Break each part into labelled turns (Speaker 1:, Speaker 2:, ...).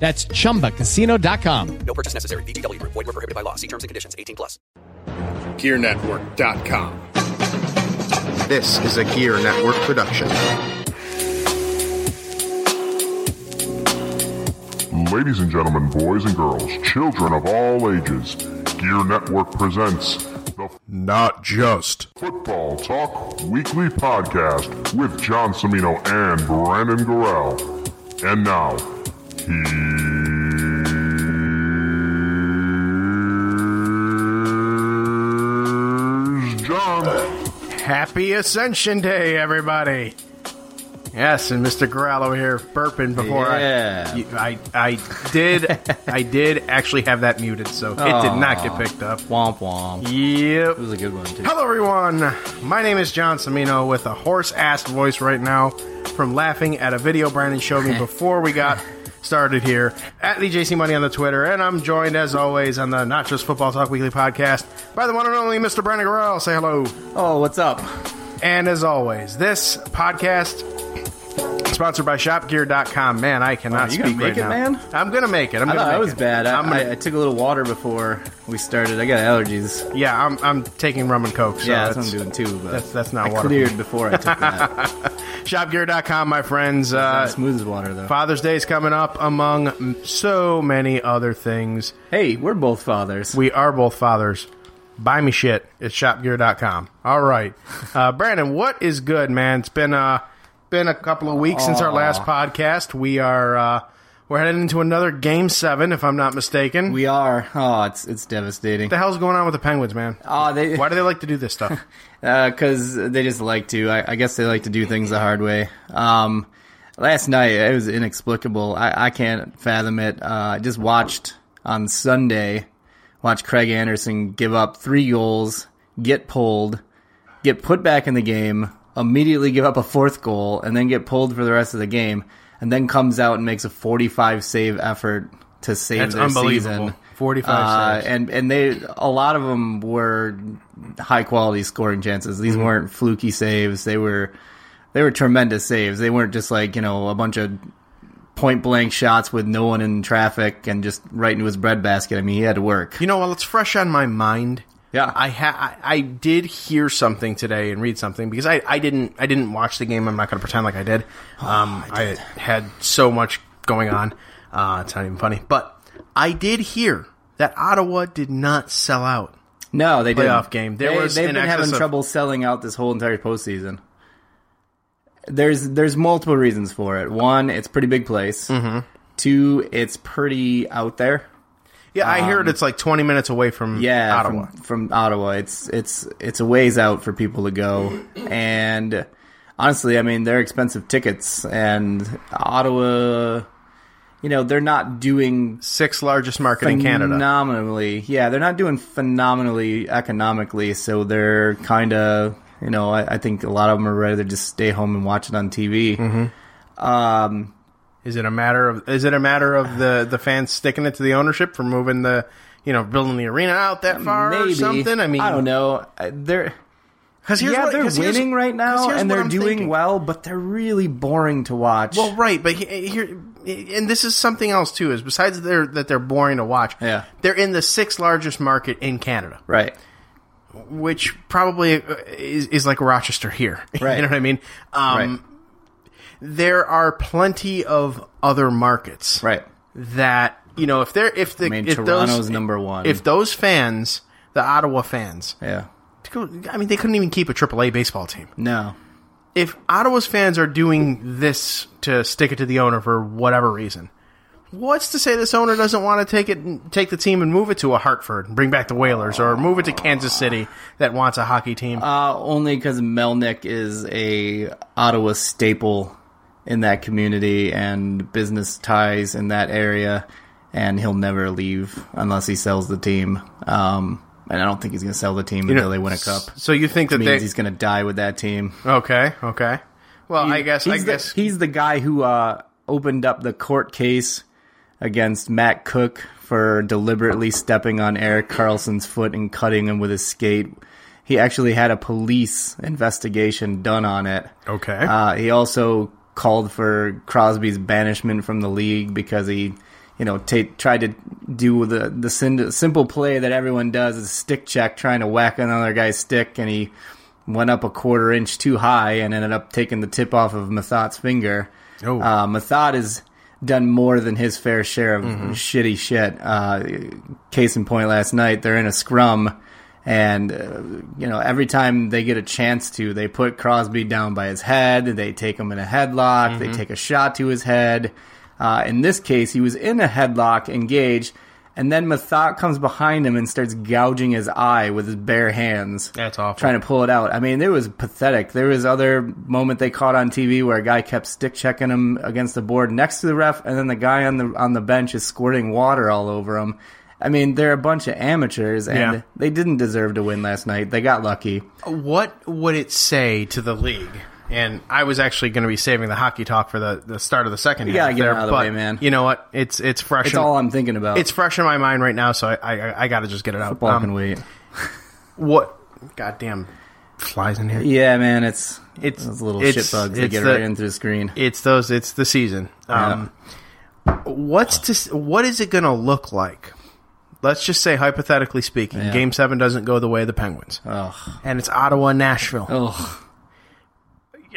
Speaker 1: That's chumbacasino.com.
Speaker 2: No purchase necessary. VGW Group. Void were prohibited by law. See terms and conditions. 18 plus.
Speaker 3: GearNetwork.com.
Speaker 4: This is a Gear Network production.
Speaker 5: Ladies and gentlemen, boys and girls, children of all ages, Gear Network presents the
Speaker 3: Not just.
Speaker 5: Football Talk Weekly Podcast with John Semino and Brandon Gorell. And now, here's John.
Speaker 3: Happy Ascension Day, everybody. Yes, and Mr. Gorell over here burping before
Speaker 6: Yeah.
Speaker 3: I, you- I, I did, I did actually have that muted, so it did not get picked up.
Speaker 6: Womp womp.
Speaker 3: Yep.
Speaker 6: It was a good one too.
Speaker 3: Hello, everyone. My name is John Semino with a horse ass voice right now from laughing at a video Brandon showed me before we got started here at the JC Money on the Twitter. And I'm joined, as always, on the Not Just Football Talk Weekly podcast by the one and only Mr. Brandon Guerrero. Say hello.
Speaker 6: Oh, what's up?
Speaker 3: And as always, this podcast sponsored by shopgear.com. Man, I cannot
Speaker 6: Wow, you
Speaker 3: speak
Speaker 6: gonna make
Speaker 3: right
Speaker 6: it,
Speaker 3: now.
Speaker 6: man?
Speaker 3: I'm going to make it. I'm
Speaker 6: I
Speaker 3: going to
Speaker 6: thought
Speaker 3: make
Speaker 6: I was
Speaker 3: it.
Speaker 6: bad. I,
Speaker 3: I'm gonna,
Speaker 6: I, I took a little water before we started. I got allergies.
Speaker 3: yeah, I'm, I'm taking rum and coke. So
Speaker 6: yeah, that's,
Speaker 3: it's-
Speaker 6: what I'm doing too. But
Speaker 3: that's- that's not
Speaker 6: I
Speaker 3: water.
Speaker 6: cleared before I took that.
Speaker 3: Shopgear.com, my friends. Uh,
Speaker 6: Not smooth as water though.
Speaker 3: Father's Day is coming up, among m- so many other things.
Speaker 6: hey, we're both fathers.
Speaker 3: We are both fathers. Buy me shit at shopgear.com. All right, uh, Brandon, what is good, man? It's been uh, been a couple of weeks since our last podcast. We are uh, we're headed into another game seven, if I'm not mistaken.
Speaker 6: we are. Oh, it's it's devastating.
Speaker 3: what the hell's going on with the Penguins, man?
Speaker 6: Oh, they
Speaker 3: Why do they like to do this stuff?
Speaker 6: because they just like to. I, I guess they like to do things the hard way. Um, last night it was inexplicable. I, I can't fathom it. Uh, I just watched on Sunday, watched Craig Anderson give up three goals, get pulled, get put back in the game, immediately give up a fourth goal, and then get pulled for the rest of the game, and then comes out and makes a 45 save effort to save
Speaker 3: That's
Speaker 6: their
Speaker 3: unbelievable.
Speaker 6: season.
Speaker 3: 45
Speaker 6: Uh,
Speaker 3: saves.
Speaker 6: and and they a lot of them were high quality scoring chances.
Speaker 3: Mm-hmm.
Speaker 6: These weren't fluky saves. They were they were tremendous saves. They weren't just like you know a bunch of point blank shots with no one in traffic and just right into his breadbasket. I mean, he had to work.
Speaker 3: You know, while it's fresh on my mind,
Speaker 6: Yeah.
Speaker 3: I ha- I, I did hear something today and read something because I, I didn't I didn't watch the game. I'm not going to pretend like I did.
Speaker 6: Oh,
Speaker 3: Um, I, had so much going on. Uh, it's not even funny, but I did hear that Ottawa did not sell out.
Speaker 6: No, they didn't.
Speaker 3: playoff game. There
Speaker 6: they,
Speaker 3: was
Speaker 6: they've
Speaker 3: in
Speaker 6: been
Speaker 3: excess
Speaker 6: having
Speaker 3: of-
Speaker 6: trouble selling out this whole entire postseason. There's there's multiple reasons for it. One, it's a pretty big place. Mm-hmm. Two, it's pretty out there.
Speaker 3: Yeah, I heard it's like 20 minutes away from
Speaker 6: Um, yeah,
Speaker 3: Ottawa.
Speaker 6: From, from Ottawa. It's it's it's a ways out for people to go, and honestly, I mean they're expensive tickets, and Ottawa, you know, they're not doing
Speaker 3: Sixth largest market in Canada.
Speaker 6: phenomenally. Yeah, they're not doing phenomenally economically, so they're kind of you know I, I think a lot of them are rather just stay home and watch it on TV.
Speaker 3: Mm-hmm.
Speaker 6: Um,
Speaker 3: Is it a matter of is it a matter of the the fans sticking it to the ownership for moving the you know building the arena out that far
Speaker 6: maybe
Speaker 3: or something? I mean,
Speaker 6: I don't know. I- They're
Speaker 3: Because
Speaker 6: yeah, they're winning right now, and they're doing well, but they're really boring to watch.
Speaker 3: Well, right, but he- here, and this is something else too. Is besides they're, that they're boring to watch.
Speaker 6: Yeah.
Speaker 3: they're in the sixth largest market in Canada,
Speaker 6: right.
Speaker 3: which probably uh, is, is like Rochester here.
Speaker 6: Right.
Speaker 3: you know what I mean? Um, There are plenty of other markets,
Speaker 6: Right.
Speaker 3: That you know, if they're if the
Speaker 6: I mean,
Speaker 3: if
Speaker 6: Toronto's
Speaker 3: those,
Speaker 6: number one.
Speaker 3: if those fans, the Ottawa fans,
Speaker 6: yeah.
Speaker 3: I mean, they couldn't even keep a AAA baseball team.
Speaker 6: No.
Speaker 3: if Ottawa's fans are doing this to stick it to the owner for whatever reason, what's to say this owner doesn't want to take it, take the team and move it to a Hartford and bring back the Whalers, or move it to Kansas City that wants a hockey team?
Speaker 6: Uh, only because Melnick is a Ottawa staple in that community and business ties in that area, and he'll never leave unless he sells the team. Um, and I don't think he's going to sell the team
Speaker 3: You know,
Speaker 6: until they win a cup.
Speaker 3: So you think that
Speaker 6: Which means
Speaker 3: they?
Speaker 6: he's going to die with that team.
Speaker 3: Okay, okay. Well, I guess I
Speaker 6: he's the,
Speaker 3: guess
Speaker 6: he's the guy who uh, opened up the court case against Matt Cook for deliberately stepping on Eric Carlson's foot and cutting him with his skate. He actually had a police investigation done on it.
Speaker 3: okay.
Speaker 6: Uh, he also called for Crosby's banishment from the league because he, you know, ta tried to do the the sin- simple play that everyone does is stick check, trying to whack another guy's stick, and he went up a quarter inch too high and ended up taking the tip off of Mathot's finger.
Speaker 3: Oh.
Speaker 6: Uh, Mathot has done more than his fair share of shitty shit. Uh, case in point, last night they're in a scrum, and uh, you know every time they get a chance to, they put Crosby down by his head. They take him in a headlock. They take a shot to his head. Uh, in this case, he was in a headlock, engaged. And then Mathot comes behind him and starts gouging his eye with his bare hands
Speaker 3: That's awful.
Speaker 6: trying to pull it out. I mean, it was pathetic. There was other moment they caught on TV where a guy kept stick checking him against the board next to the ref, and then the guy on the on the bench is squirting water all over him. I mean, they're a bunch of amateurs, and
Speaker 3: Yeah.
Speaker 6: they didn't deserve to win last night. They got lucky.
Speaker 3: what would it say to the league? And I was actually going to be saving the hockey talk for the, the start of the second. You
Speaker 6: gotta
Speaker 3: half
Speaker 6: get it
Speaker 3: there,
Speaker 6: out of the
Speaker 3: but
Speaker 6: way, man.
Speaker 3: You know what? It's it's fresh.
Speaker 6: That's
Speaker 3: in-
Speaker 6: all I'm thinking about.
Speaker 3: it's fresh in my mind right now, so I I, I got to just get it out.
Speaker 6: Ball
Speaker 3: Um,
Speaker 6: can wait.
Speaker 3: What? Goddamn flies in here.
Speaker 6: Yeah, man, it's
Speaker 3: It's
Speaker 6: those little
Speaker 3: it's,
Speaker 6: shit bugs that
Speaker 3: it's
Speaker 6: get
Speaker 3: the-
Speaker 6: right in through the screen.
Speaker 3: It's those. It's the season. Um, What's to? s- What is it going to look like? Let's just say, hypothetically speaking,
Speaker 6: Yeah. Uh.
Speaker 3: Game Seven doesn't go the way of the Penguins,
Speaker 6: Ugh.
Speaker 3: and it's Ottawa and Nashville.
Speaker 6: Ugh.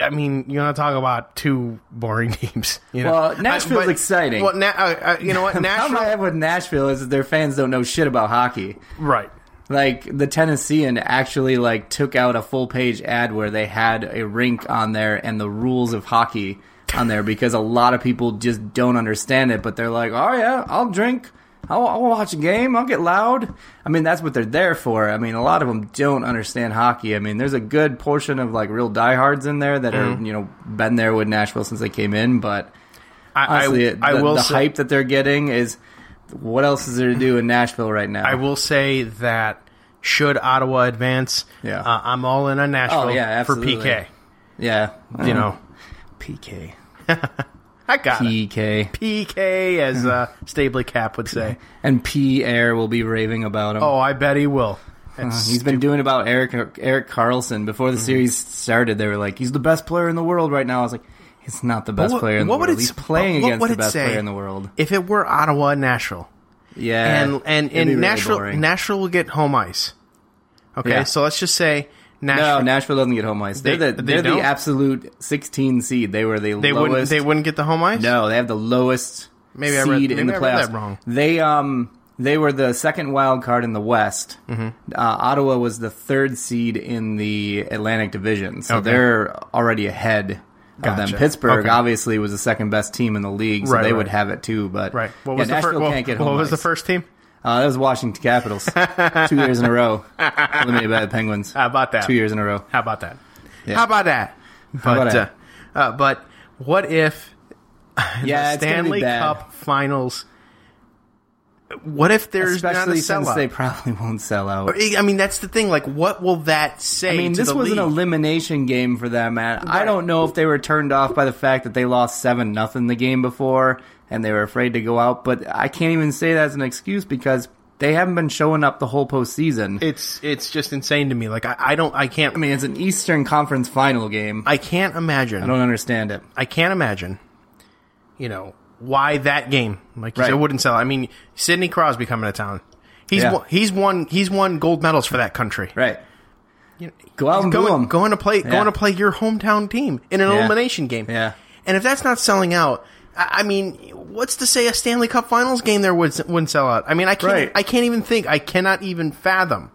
Speaker 3: I mean, you want to talk about two boring teams? You know?
Speaker 6: Well, Nashville's
Speaker 3: but-
Speaker 6: exciting.
Speaker 3: Well, na- uh, uh, you know what?
Speaker 6: Problem I
Speaker 3: Nashville,
Speaker 6: have with Nashville is that their fans don't know shit about hockey.
Speaker 3: right?
Speaker 6: like the Tennessean actually like took out a full page ad where they had a rink on there and the rules of hockey on there because a lot of people just don't understand it, but they're like, oh yeah, I'll drink. I'll, I'll watch a game. I'll get loud. I mean, that's what they're there for. I mean, a lot of them don't understand hockey. I mean, there's a good portion of like real diehards in there that
Speaker 3: Mm-hmm.
Speaker 6: are, you know, been there with Nashville since they came in, but
Speaker 3: I,
Speaker 6: honestly,
Speaker 3: I, I
Speaker 6: the,
Speaker 3: will
Speaker 6: the
Speaker 3: say,
Speaker 6: hype that they're getting is what else is there to do in Nashville right now?
Speaker 3: I will say that should Ottawa advance,
Speaker 6: Yeah.
Speaker 3: uh, I'm all in on Nashville
Speaker 6: Oh, yeah,
Speaker 3: for
Speaker 6: absolutely.
Speaker 3: PK.
Speaker 6: yeah.
Speaker 3: You know,
Speaker 6: PK.
Speaker 3: I got it.
Speaker 6: PK.
Speaker 3: PK, as uh, Stabley Cap would say.
Speaker 6: And P. Air will be raving about him.
Speaker 3: Oh, I bet he will. It's-
Speaker 6: Uh, he's been doing about Eric Eric Carlson before
Speaker 3: Mm-hmm.
Speaker 6: the series started. They were like, he's the best player in the world right now. I was like, it's not the best player in the world.
Speaker 3: it
Speaker 6: he's
Speaker 3: s-
Speaker 6: playing
Speaker 3: what
Speaker 6: against
Speaker 3: would
Speaker 6: the
Speaker 3: it
Speaker 6: best
Speaker 3: say
Speaker 6: player in the world.
Speaker 3: If it were Ottawa and Nashville,
Speaker 6: Yeah,
Speaker 3: and and
Speaker 6: It'd be
Speaker 3: and
Speaker 6: really
Speaker 3: Nashville,
Speaker 6: boring.
Speaker 3: Nashville will get home ice. Okay,
Speaker 6: Yeah.
Speaker 3: so let's just say Nashville.
Speaker 6: no, Nashville doesn't get home ice. They're
Speaker 3: They-
Speaker 6: the
Speaker 3: they
Speaker 6: they're
Speaker 3: don't?
Speaker 6: the absolute 16 seed. They were the
Speaker 3: they
Speaker 6: lowest.
Speaker 3: wouldn't. They wouldn't get the home ice.
Speaker 6: No, they have the lowest
Speaker 3: Maybe I
Speaker 6: seed
Speaker 3: read-
Speaker 6: in the
Speaker 3: maybe I
Speaker 6: playoffs.
Speaker 3: read that wrong.
Speaker 6: They um they were the second wild card in the West.
Speaker 3: Mm-hmm.
Speaker 6: Uh, Ottawa was the third seed in the Atlantic Division, so
Speaker 3: Okay.
Speaker 6: they're already ahead. Of
Speaker 3: Gotcha.
Speaker 6: them. Pittsburgh
Speaker 3: Okay.
Speaker 6: obviously was the second best team in the league, so
Speaker 3: Right,
Speaker 6: they
Speaker 3: right.
Speaker 6: would have it too. But
Speaker 3: Right. What
Speaker 6: Yeah,
Speaker 3: was the
Speaker 6: Nashville
Speaker 3: first? What,
Speaker 6: can't get
Speaker 3: what
Speaker 6: home
Speaker 3: was the
Speaker 6: ice.
Speaker 3: first team?
Speaker 6: Uh, that was Washington Capitals, two years in a row, eliminated by the Penguins.
Speaker 3: How about that?
Speaker 6: Two years in a row.
Speaker 3: How about that?
Speaker 6: Yeah.
Speaker 3: How about that? But
Speaker 6: about that?
Speaker 3: Uh, uh, but what if
Speaker 6: Yeah, it's gonna be
Speaker 3: Stanley
Speaker 6: bad.
Speaker 3: Cup Finals? What if there's
Speaker 6: especially
Speaker 3: not a
Speaker 6: since
Speaker 3: sellout?
Speaker 6: they probably won't sell out.
Speaker 3: I mean, that's the thing. Like, what will that say?
Speaker 6: I mean,
Speaker 3: to
Speaker 6: this
Speaker 3: the
Speaker 6: was
Speaker 3: league?
Speaker 6: an elimination game for them, man. I don't know if they were turned off by the fact that they lost seven nothing the game before and they were afraid to go out, but I can't even say that as an excuse because they haven't been showing up the whole postseason.
Speaker 3: it's it's just insane to me. Like, I, I don't, I can't,
Speaker 6: I mean, it's an Eastern Conference Final game. I
Speaker 3: I can't imagine.
Speaker 6: don't understand it.
Speaker 3: I can't imagine, you know, why that game. Like you
Speaker 6: Right.
Speaker 3: said, wouldn't sell. I mean, Sidney Crosby coming to town. He's
Speaker 6: Yeah.
Speaker 3: won, he's won he's won gold medals for that country.
Speaker 6: Right? Go out and boo
Speaker 3: Going,
Speaker 6: 'em.
Speaker 3: going to play
Speaker 6: Yeah.
Speaker 3: going to play your hometown team in an
Speaker 6: Yeah.
Speaker 3: elimination game.
Speaker 6: Yeah.
Speaker 3: And if that's not selling out, I, I mean, what's to say a Stanley Cup Finals game there would wouldn't sell out? I mean, I can't
Speaker 6: Right.
Speaker 3: I can't even think. I cannot even fathom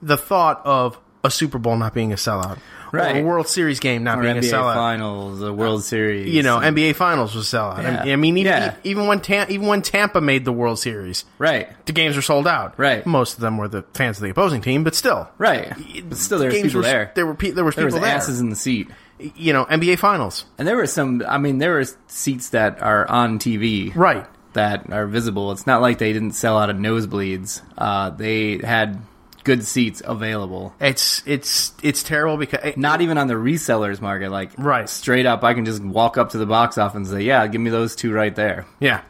Speaker 3: the thought of a Super Bowl not being a sellout. Or
Speaker 6: Right.
Speaker 3: a World Series game not
Speaker 6: Or
Speaker 3: being
Speaker 6: NBA
Speaker 3: a sellout
Speaker 6: Finals, the World Series.
Speaker 3: Uh, you know, NBA Finals was sellout. I-
Speaker 6: Yeah.
Speaker 3: I mean, even,
Speaker 6: Yeah.
Speaker 3: even when Tam- even when Tampa made the World Series,
Speaker 6: right?
Speaker 3: the games were sold out.
Speaker 6: Right.
Speaker 3: most of them were the fans of the opposing team, but still,
Speaker 6: Right. But still, there
Speaker 3: the
Speaker 6: was
Speaker 3: games
Speaker 6: people
Speaker 3: were,
Speaker 6: there.
Speaker 3: There were pe- there was
Speaker 6: There was
Speaker 3: people there.
Speaker 6: asses in the seat.
Speaker 3: you know, NBA Finals,
Speaker 6: And there were some. I mean, there were seats that are on TV,
Speaker 3: right?
Speaker 6: That are visible. It's not like they didn't sell out of nosebleeds. Uh, they had good seats available.
Speaker 3: It's it's it's terrible eh, because
Speaker 6: Not even on the resellers market, like
Speaker 3: Right.
Speaker 6: straight up. I can just walk up to the box office and say, "Yeah, give me those two right there."
Speaker 3: yeah,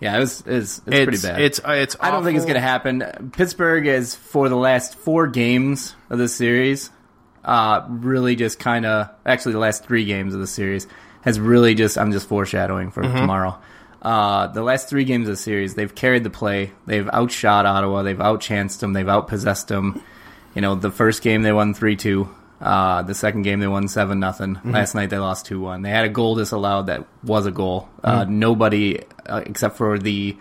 Speaker 6: Yeah, it was, it's, it's,
Speaker 3: it's
Speaker 6: pretty bad.
Speaker 3: It's uh, it's.
Speaker 6: I don't think it's
Speaker 3: awful.
Speaker 6: going to happen. Pittsburgh is for the last four games of the series, uh, really just kind of actually the last three games of the series has really just I'm just foreshadowing for tomorrow. Uh, the last three games of the series, they've carried the play. They've outshot Ottawa. They've outchanced them. They've outpossessed them. You know, the first game they won three two. Uh, the second game they won seven nothing. Last night they lost two one. They had a goal disallowed that was a goal. Uh, nobody uh, except for the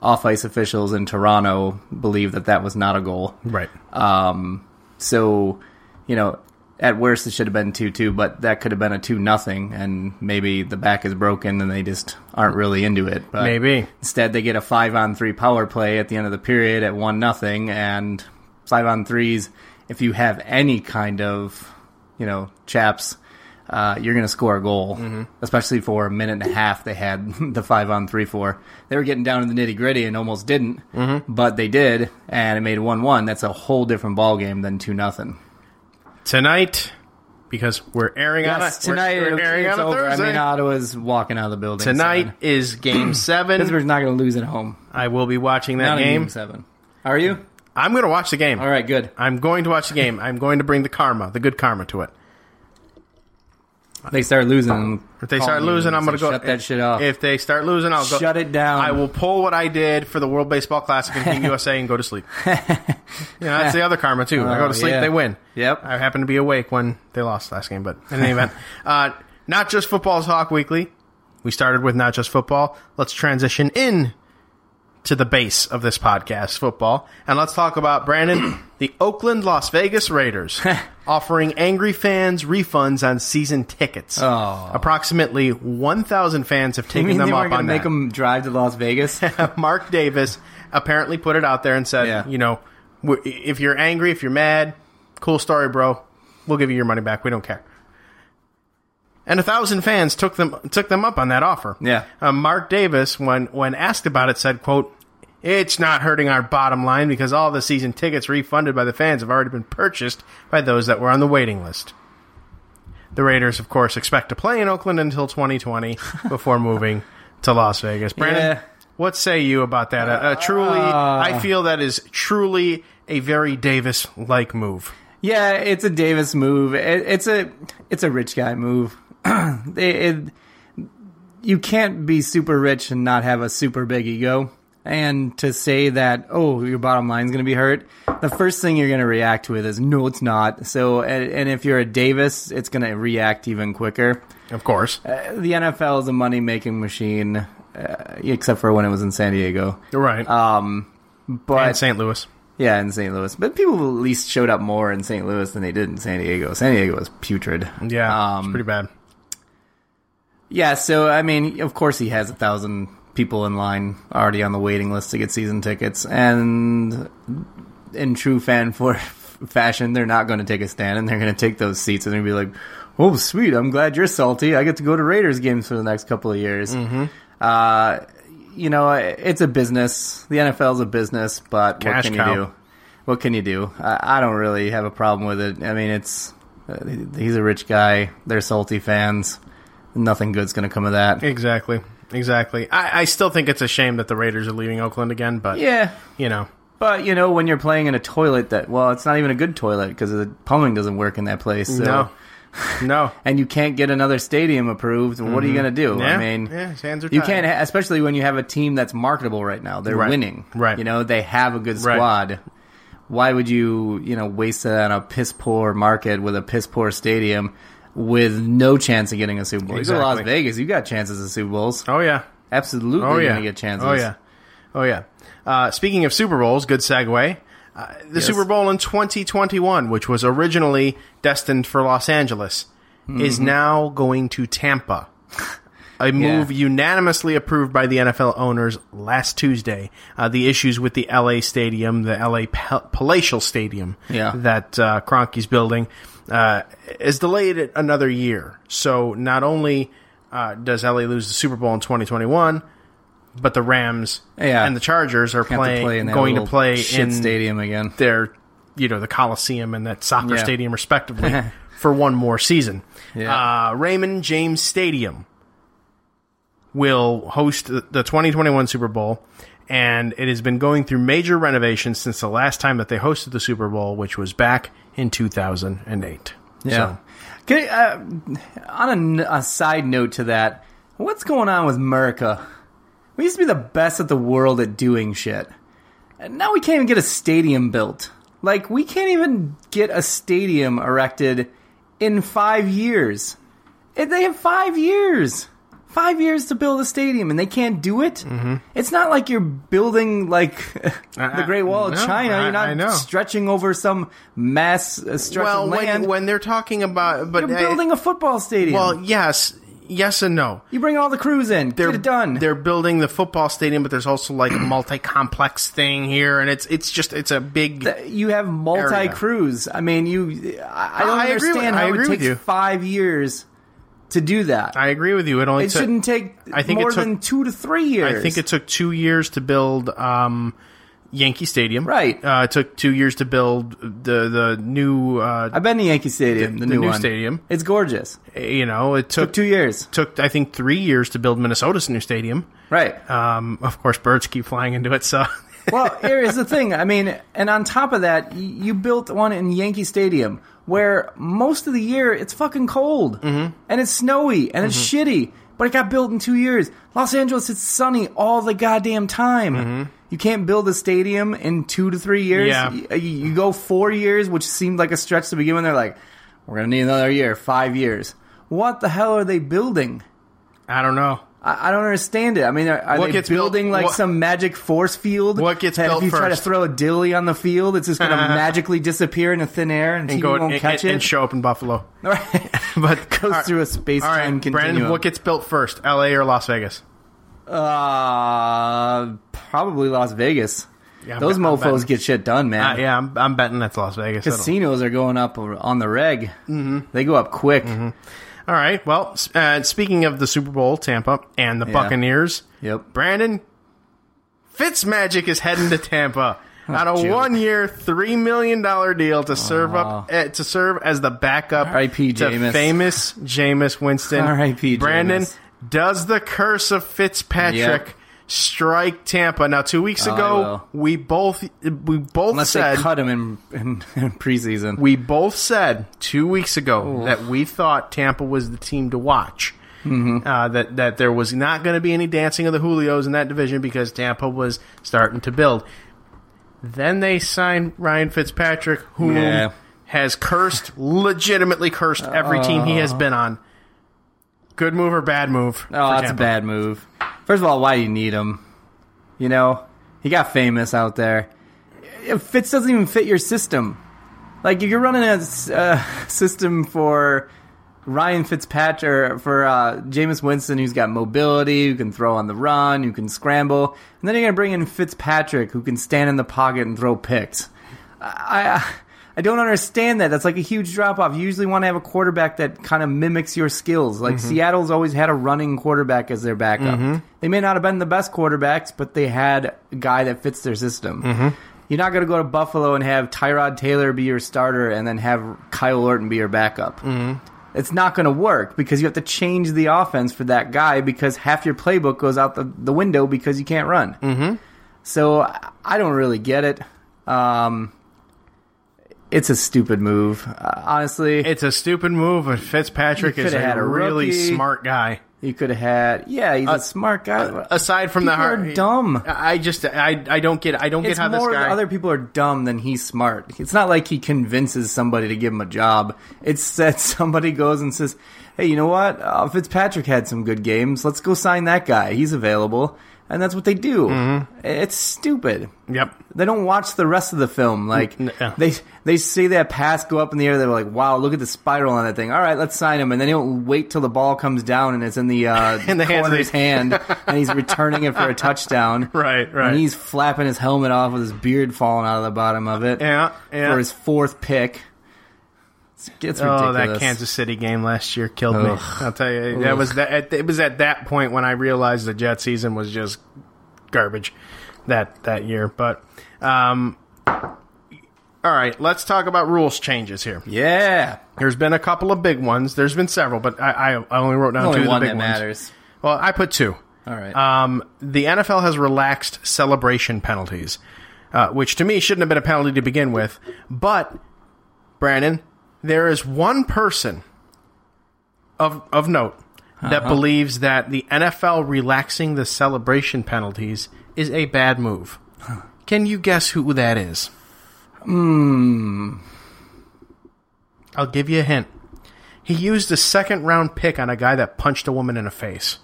Speaker 6: off ice officials in Toronto believe that that was not a goal.
Speaker 3: Right.
Speaker 6: Um, so, you know, at worst it should have been two two, but that could have been a two nothing, and maybe the back is broken and they just aren't really into it. But
Speaker 3: Maybe.
Speaker 6: instead they get a five on three power play at the end of the period at one nothing, and five on threes. If you have any kind of, you know, chaps. Uh, you're going to score a goal,
Speaker 3: Mm-hmm.
Speaker 6: especially for a minute and a half. They had the five on three for. They were getting down to the nitty gritty and almost didn't,
Speaker 3: Mm-hmm.
Speaker 6: but they did, and it made one one. That's a whole different ball game than two nothing.
Speaker 3: tonight because we're airing on
Speaker 6: Yes,
Speaker 3: a,
Speaker 6: tonight
Speaker 3: we're, we're
Speaker 6: it's,
Speaker 3: airing
Speaker 6: it's
Speaker 3: on a
Speaker 6: over.
Speaker 3: Thursday.
Speaker 6: I mean, uh, Ottawa's walking out of the building. so
Speaker 3: tonight is Game Seven.
Speaker 6: Pittsburgh's not going to lose at home.
Speaker 3: I will be watching that
Speaker 6: Not in
Speaker 3: game.
Speaker 6: game seven. Are you?
Speaker 3: I'm going to watch the game.
Speaker 6: All right, good.
Speaker 3: I'm going to watch the game. I'm going to bring the karma, the good karma to it.
Speaker 6: They start losing.
Speaker 3: If they start losing, I'm going to go
Speaker 6: shut that shit off.
Speaker 3: If they start losing, I'll go
Speaker 6: Shut it down.
Speaker 3: I will pull what I did for the World Baseball Classic in Team USA and go to sleep. you know, that's the other karma too. I go
Speaker 6: Oh,
Speaker 3: to sleep,
Speaker 6: yeah.
Speaker 3: they win.
Speaker 6: Yep.
Speaker 3: I happen to be awake when they lost last game, but in any event, uh, not just football talk weekly. We started with not just football. Let's transition in to the base of this podcast, football, and let's talk about Brandon, the Oakland Las Vegas Raiders, offering angry fans refunds on season tickets.
Speaker 6: Oh.
Speaker 3: Approximately 1,000 fans have
Speaker 6: you
Speaker 3: taken
Speaker 6: mean
Speaker 3: them
Speaker 6: they
Speaker 3: up
Speaker 6: weren't
Speaker 3: on
Speaker 6: going to make
Speaker 3: that.
Speaker 6: them drive to Las Vegas?
Speaker 3: Mark Davis apparently put it out there and said,
Speaker 6: Yeah.
Speaker 3: you know, w- if you're angry, if you're mad, cool story, bro. We'll give you your money back. We don't care. And a thousand fans took them took them up on that offer.
Speaker 6: Yeah.
Speaker 3: Uh, Mark Davis, when when asked about it, said, "quote It's not hurting our bottom line because all the season tickets refunded by the fans have already been purchased by those that were on the waiting list." The Raiders, of course, expect to play in Oakland until 2020 before moving to Las Vegas. Brandon,
Speaker 6: Yeah. Uh.
Speaker 3: what say you about that? A, a truly, I feel that is truly a very Davis-like move.
Speaker 6: Yeah, it's a Davis move. It, it's a it's a rich guy move. it, it- you can't be super rich and not have a super big ego. And to say that oh your bottom line's going to be hurt, the first thing you're going to react with is no, it's not. So and, and if you're a Davis, it's going to react even quicker Uh,
Speaker 3: Of course,
Speaker 6: the NFL is a money making machine, uh, except for when it was in San Diego.
Speaker 3: you're right.
Speaker 6: Um,
Speaker 3: and
Speaker 6: but
Speaker 3: St. Louis.
Speaker 6: yeah, in St. Louis, but people at least showed up more in St. Louis than they did in San Diego. San Diego was putrid.
Speaker 3: Yeah, it's
Speaker 6: um,
Speaker 3: pretty bad.
Speaker 6: yeah. So I mean, of course, he has a thousand people in line already on the waiting list to get season tickets, and in true fan for fashion, they're not going to take a stand and they're going to take those seats and they're going to be like, "Oh, sweet! I'm glad you're salty. I get to go to Raiders games for the next couple of years." Mm-hmm. Uh, you know, it's a business. The NFL's a business, but
Speaker 3: Cash
Speaker 6: what can
Speaker 3: cow.
Speaker 6: you do? What can you do? I, I don't really have a problem with it. I mean, it's uh, he's a rich guy. They're salty fans. Nothing good's going to come of that.
Speaker 3: Exactly, exactly. I, I still think it's a shame that the Raiders are leaving Oakland again, but
Speaker 6: Yeah,
Speaker 3: you know,
Speaker 6: But you know, when you're playing in a toilet that well, it's not even a good toilet because the plumbing doesn't work in that place. So.
Speaker 3: no, no.
Speaker 6: And you can't get another stadium approved. What are you going to do?
Speaker 3: Mm-hmm. Yeah,
Speaker 6: I mean,
Speaker 3: yeah, his hands are
Speaker 6: you
Speaker 3: tied.
Speaker 6: can't, ha- especially when you have a team that's marketable right now. They're
Speaker 3: Right,
Speaker 6: winning.
Speaker 3: right.
Speaker 6: You know, they have a good
Speaker 3: Right.
Speaker 6: squad. Why would you, you know, waste it on a piss poor market with a piss poor stadium with no chance of getting a Super Bowl? You go to Las
Speaker 3: Exactly.
Speaker 6: Vegas, you got chances of Super Bowls.
Speaker 3: Oh yeah,
Speaker 6: Absolutely,
Speaker 3: oh
Speaker 6: you're
Speaker 3: yeah,
Speaker 6: going to get chances.
Speaker 3: Oh yeah, oh yeah. Uh, speaking of Super Bowls, good segue. Uh, the Super Bowl in 2021, which was originally destined for Los Angeles,
Speaker 6: Mm-hmm.
Speaker 3: is now going to Tampa. A move unanimously approved by the NFL owners last Tuesday. Uh, the issues with the LA Stadium, the LA Pal- Palatial Stadium
Speaker 6: Yeah.
Speaker 3: that uh, Cronky's building, uh, is delayed another year. So not only uh, does LA lose the Super Bowl in 2021, but the Rams
Speaker 6: Yeah.
Speaker 3: and the Chargers are
Speaker 6: Have
Speaker 3: playing
Speaker 6: in that
Speaker 3: going to
Speaker 6: little
Speaker 3: play
Speaker 6: shit
Speaker 3: in
Speaker 6: stadium again.
Speaker 3: their you know the Coliseum and that soccer
Speaker 6: Yeah.
Speaker 3: stadium respectively for one more season.
Speaker 6: Yeah.
Speaker 3: Uh, Raymond James Stadium will host the the 2021 Super Bowl, and it has been going through major renovations since the last time that they hosted the Super Bowl, which was back in 2008.
Speaker 6: Yeah. Okay, uh, on a n- a, side note to that, what's going on with America? We used to be the best at the world at doing shit. And now we can't even get a stadium built. Like, we can't even get a stadium erected in five years. And They have five years. Five years to build a stadium, and they can't do it?
Speaker 3: Mm-hmm.
Speaker 6: It's not like you're building, like, the Great Wall of
Speaker 3: no,
Speaker 6: China.
Speaker 3: I-
Speaker 6: you're not
Speaker 3: I know.
Speaker 6: stretching over some mass uh, stretch
Speaker 3: Well,
Speaker 6: of land.
Speaker 3: when, when they're talking about, but uh,
Speaker 6: You're building a football stadium.
Speaker 3: well, yes, yes and no.
Speaker 6: you bring all the crews in. Get it done.
Speaker 3: They're building the football stadium, but there's also like a multi-complex thing here, and it's it's just it's a big.
Speaker 6: you have multi crews. I mean, you. I, I don't
Speaker 3: I agree with-
Speaker 6: understand
Speaker 3: I
Speaker 6: how
Speaker 3: agree
Speaker 6: it
Speaker 3: with
Speaker 6: takes
Speaker 3: you.
Speaker 6: five years to do that.
Speaker 3: I agree with you. It only
Speaker 6: it
Speaker 3: took-
Speaker 6: shouldn't take
Speaker 3: I think it
Speaker 6: more
Speaker 3: took-
Speaker 6: than two to three years.
Speaker 3: I think it took two years to build um, Yankee Stadium.
Speaker 6: Right.
Speaker 3: Uh, it took two years to build the the new. Uh,
Speaker 6: I've been to Yankee Stadium, the,
Speaker 3: the
Speaker 6: new,
Speaker 3: new
Speaker 6: one.
Speaker 3: stadium.
Speaker 6: It's gorgeous. It
Speaker 3: you know, it
Speaker 6: took
Speaker 3: took
Speaker 6: two years.
Speaker 3: Took I think three years to build Minnesota's new stadium.
Speaker 6: Right.
Speaker 3: Um, of course, birds keep flying into it, so
Speaker 6: well, here's the thing. I mean, and on top of that, y- you built one in Yankee Stadium where most of the year it's fucking cold and it's snowy and it's shitty, but it got built in two years. Los Angeles, it's sunny all the goddamn time. You can't build a stadium in two to three years.
Speaker 3: Yeah.
Speaker 6: Y- y- You, go four years, which seemed like a stretch to begin with. They're like, we're going to need another year, five years. What the hell are they building?
Speaker 3: I don't know.
Speaker 6: I I don't understand it. I mean, are, are
Speaker 3: What
Speaker 6: they
Speaker 3: gets built-
Speaker 6: building like
Speaker 3: what-
Speaker 6: some magic force field?
Speaker 3: What gets
Speaker 6: that
Speaker 3: built
Speaker 6: If you try to
Speaker 3: first?
Speaker 6: throw a dilly on the field, it's just going to magically disappear into thin air and,
Speaker 3: And
Speaker 6: team
Speaker 3: go
Speaker 6: won't
Speaker 3: and,
Speaker 6: catch
Speaker 3: and- and
Speaker 6: it.
Speaker 3: show up in Buffalo.
Speaker 6: Right.
Speaker 3: But
Speaker 6: Goes through a space-time
Speaker 3: Brandon,
Speaker 6: continuum.
Speaker 3: what gets built first, L.A. or Las Vegas?
Speaker 6: uh, probably Las Vegas.
Speaker 3: Yeah, I'm
Speaker 6: Those
Speaker 3: bet- I'm
Speaker 6: mofo's
Speaker 3: betting.
Speaker 6: get shit done,
Speaker 3: Uh,
Speaker 6: man.
Speaker 3: yeah, I'm, I'm betting that's Las Vegas. I don't-
Speaker 6: Casinos are going up on the reg. Mm-hmm. They go up quick.
Speaker 3: Mm-hmm. All right. Well, s- uh, speaking of the Super Bowl, Tampa and the Buccaneers,
Speaker 6: Yep.
Speaker 3: Brandon Fitzmagic is heading to Tampa on a
Speaker 6: joke.
Speaker 3: one-year, three million dollar deal to serve up uh, to serve as the backup
Speaker 6: R.I.P.
Speaker 3: to
Speaker 6: Jameis.
Speaker 3: famous Jameis Winston.
Speaker 6: R.I.P.
Speaker 3: Brandon,
Speaker 6: Jameis.
Speaker 3: does the curse of Fitzpatrick?
Speaker 6: Yep.
Speaker 3: Strike Tampa now. Two weeks
Speaker 6: Oh, I
Speaker 3: ago,
Speaker 6: will.
Speaker 3: we both we both
Speaker 6: Unless
Speaker 3: said
Speaker 6: they cut him in, in, in preseason.
Speaker 3: we both said two weeks ago that we thought Tampa was the team to watch.
Speaker 6: Mm-hmm.
Speaker 3: Uh, that that there was not going to be any dancing of the Julios in that division because Tampa was starting to build. Then they signed Ryan Fitzpatrick, who
Speaker 6: Yeah.
Speaker 3: has cursed, legitimately cursed every team he has been on. Good move or bad move?
Speaker 6: Uh-huh. Oh, that's a bad move. First of all, why do you need him? You know, he got famous out there. If Fitz doesn't even fit your system. Like, if you're running a s- uh, system for Ryan Fitzpatrick, or for uh, Jameis Winston, who's got mobility, who can throw on the run, who can scramble, and then you're going to bring in Fitzpatrick, who can stand in the pocket and throw picks. I I don't understand that. That's like a huge drop off. You usually want to have a quarterback that kind of mimics your skills. Like Seattle's always had a running quarterback as their backup. They may not have been the best quarterbacks, but they had a guy that fits their system. You're not going to go to Buffalo and have Tyrod Taylor be your starter and then have Kyle Orton be your backup.
Speaker 3: Mm-hmm.
Speaker 6: It's not going to work because you have to change the offense for that guy because half your playbook goes out the, the window because you can't run. Mm-hmm. So I- I don't really get it. Um, it's a stupid move, uh, honestly.
Speaker 3: It's a stupid move, but Fitzpatrick
Speaker 6: You
Speaker 3: is a,
Speaker 6: coulda had a
Speaker 3: really
Speaker 6: rookie.
Speaker 3: smart guy.
Speaker 6: you could have had, yeah, he's a smart guy.
Speaker 3: Uh, Aside from the
Speaker 6: People
Speaker 3: heart,
Speaker 6: are dumb.
Speaker 3: I I just I I don't get I don't
Speaker 6: it's
Speaker 3: get how
Speaker 6: more
Speaker 3: this guy
Speaker 6: other people are dumb than he's smart. It's not like he convinces somebody to give him a job. It's that somebody goes and says, "Hey, you know what? Uh, Fitzpatrick had some good games. Let's go sign that guy. He's available." And that's what they do.
Speaker 3: Mm-hmm.
Speaker 6: It's stupid.
Speaker 3: Yep.
Speaker 6: They don't watch the rest of the film. Like
Speaker 3: yeah.
Speaker 6: they they see that pass go up in the air. They're like, "Wow, look at the spiral on that thing." All right, let's sign him. And then they don't wait till the ball comes down and it's in the uh,
Speaker 3: In the hands of
Speaker 6: corner's
Speaker 3: the-
Speaker 6: hand, and he's returning it for a touchdown.
Speaker 3: Right, right.
Speaker 6: And he's flapping his helmet off with his beard falling out of the bottom of it.
Speaker 3: Yeah, yeah.
Speaker 6: For his fourth pick. It's, it's
Speaker 3: Oh, that
Speaker 6: ridiculous.
Speaker 3: Kansas City game last year killed me.
Speaker 6: Ugh.
Speaker 3: I'll tell you, that
Speaker 6: Ugh.
Speaker 3: was that. At, it was at that point when I realized the Jet season was just garbage that that year. But um, All right, let's talk about rules changes here.
Speaker 6: Yeah.
Speaker 3: There's been a couple of big ones. There's been several, but I, I, I only wrote down
Speaker 6: Only
Speaker 3: two of
Speaker 6: one
Speaker 3: the big
Speaker 6: that
Speaker 3: ones.
Speaker 6: matters.
Speaker 3: Well, I put two.
Speaker 6: All right.
Speaker 3: Um, the NFL has relaxed celebration penalties, uh, which to me shouldn't have been a penalty to begin with. But, Brandon, there is one person of, of note that believes that the NFL relaxing the celebration penalties is a bad move. Can you guess who that is? I'll give you a hint. He used a second round pick on a guy that punched a woman in the face.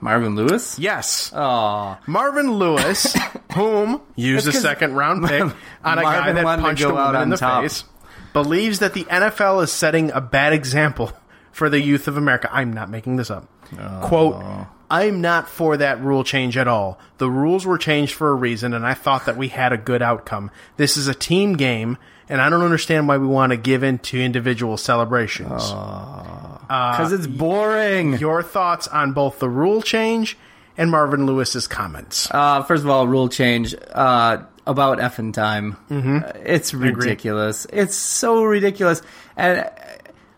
Speaker 6: Marvin Lewis?
Speaker 3: Yes. Marvin Lewis, whom used a
Speaker 6: 'cause
Speaker 3: second round pick on a guy
Speaker 6: Marvin
Speaker 3: that
Speaker 6: wanted to
Speaker 3: punched a
Speaker 6: go
Speaker 3: woman
Speaker 6: out
Speaker 3: in
Speaker 6: on
Speaker 3: the
Speaker 6: top.
Speaker 3: face, believes that the NFL is setting a bad example for the youth of America. I'm not making this up. Quote, I'm not for that rule change at all. The rules were changed for a reason, and I thought that we had a good outcome. This is a team game, and I don't understand why we want to give in to individual celebrations. uh,
Speaker 6: Because it's boring.
Speaker 3: Your thoughts on both the rule change and Marvin Lewis's comments.
Speaker 6: Uh, first of all, rule change uh, about effing time. Mm-hmm. It's ridiculous. It's so ridiculous, and uh,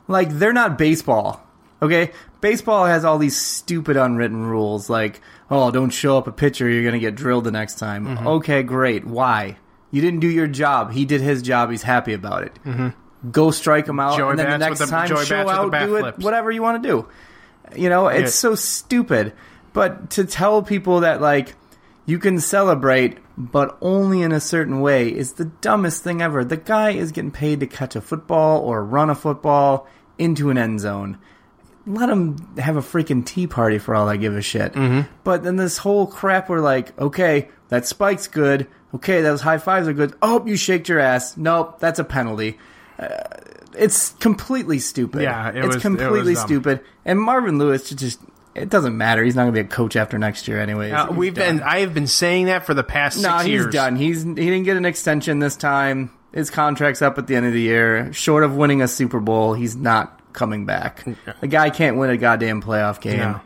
Speaker 6: like they're not baseball. Okay, baseball has all these stupid unwritten rules, like oh, don't show up a pitcher, you're gonna get drilled the next time.
Speaker 3: Mm-hmm.
Speaker 6: Okay, great. Why? You didn't do your job. He did his job. He's happy about it. Mm-hmm. Go strike him out,
Speaker 3: Joey
Speaker 6: and then the
Speaker 3: Bats with
Speaker 6: next
Speaker 3: the-
Speaker 6: time
Speaker 3: Joey Bats
Speaker 6: show
Speaker 3: with the
Speaker 6: out,
Speaker 3: bat
Speaker 6: do it,
Speaker 3: flips.
Speaker 6: whatever you want to do. You know, it's so stupid. But to tell people that like you can celebrate, but only in a certain way is the dumbest thing ever. The guy is getting paid to catch a football or run a football into an end zone. Let him have a freaking tea party for all I give a shit.
Speaker 3: Mm-hmm.
Speaker 6: But then this whole crap we're like, okay, that spike's good. Okay, those high fives are good. Oh, you shaked your ass. Nope, that's a penalty. Uh, it's completely stupid.
Speaker 3: Yeah, it
Speaker 6: it's
Speaker 3: was- it
Speaker 6: completely
Speaker 3: was dumb.
Speaker 6: stupid. And Marvin Lewis should just. It doesn't matter. He's not going to be a coach after next year, anyways.
Speaker 3: Uh,
Speaker 6: He's
Speaker 3: we've
Speaker 6: done.
Speaker 3: been. I have been saying that for the past
Speaker 6: No,
Speaker 3: six
Speaker 6: he's
Speaker 3: years.
Speaker 6: done. He's he didn't get an extension this time. His contract's up at the end of the year. Short of winning a Super Bowl, he's not coming back. The guy can't win a goddamn playoff game.
Speaker 3: No.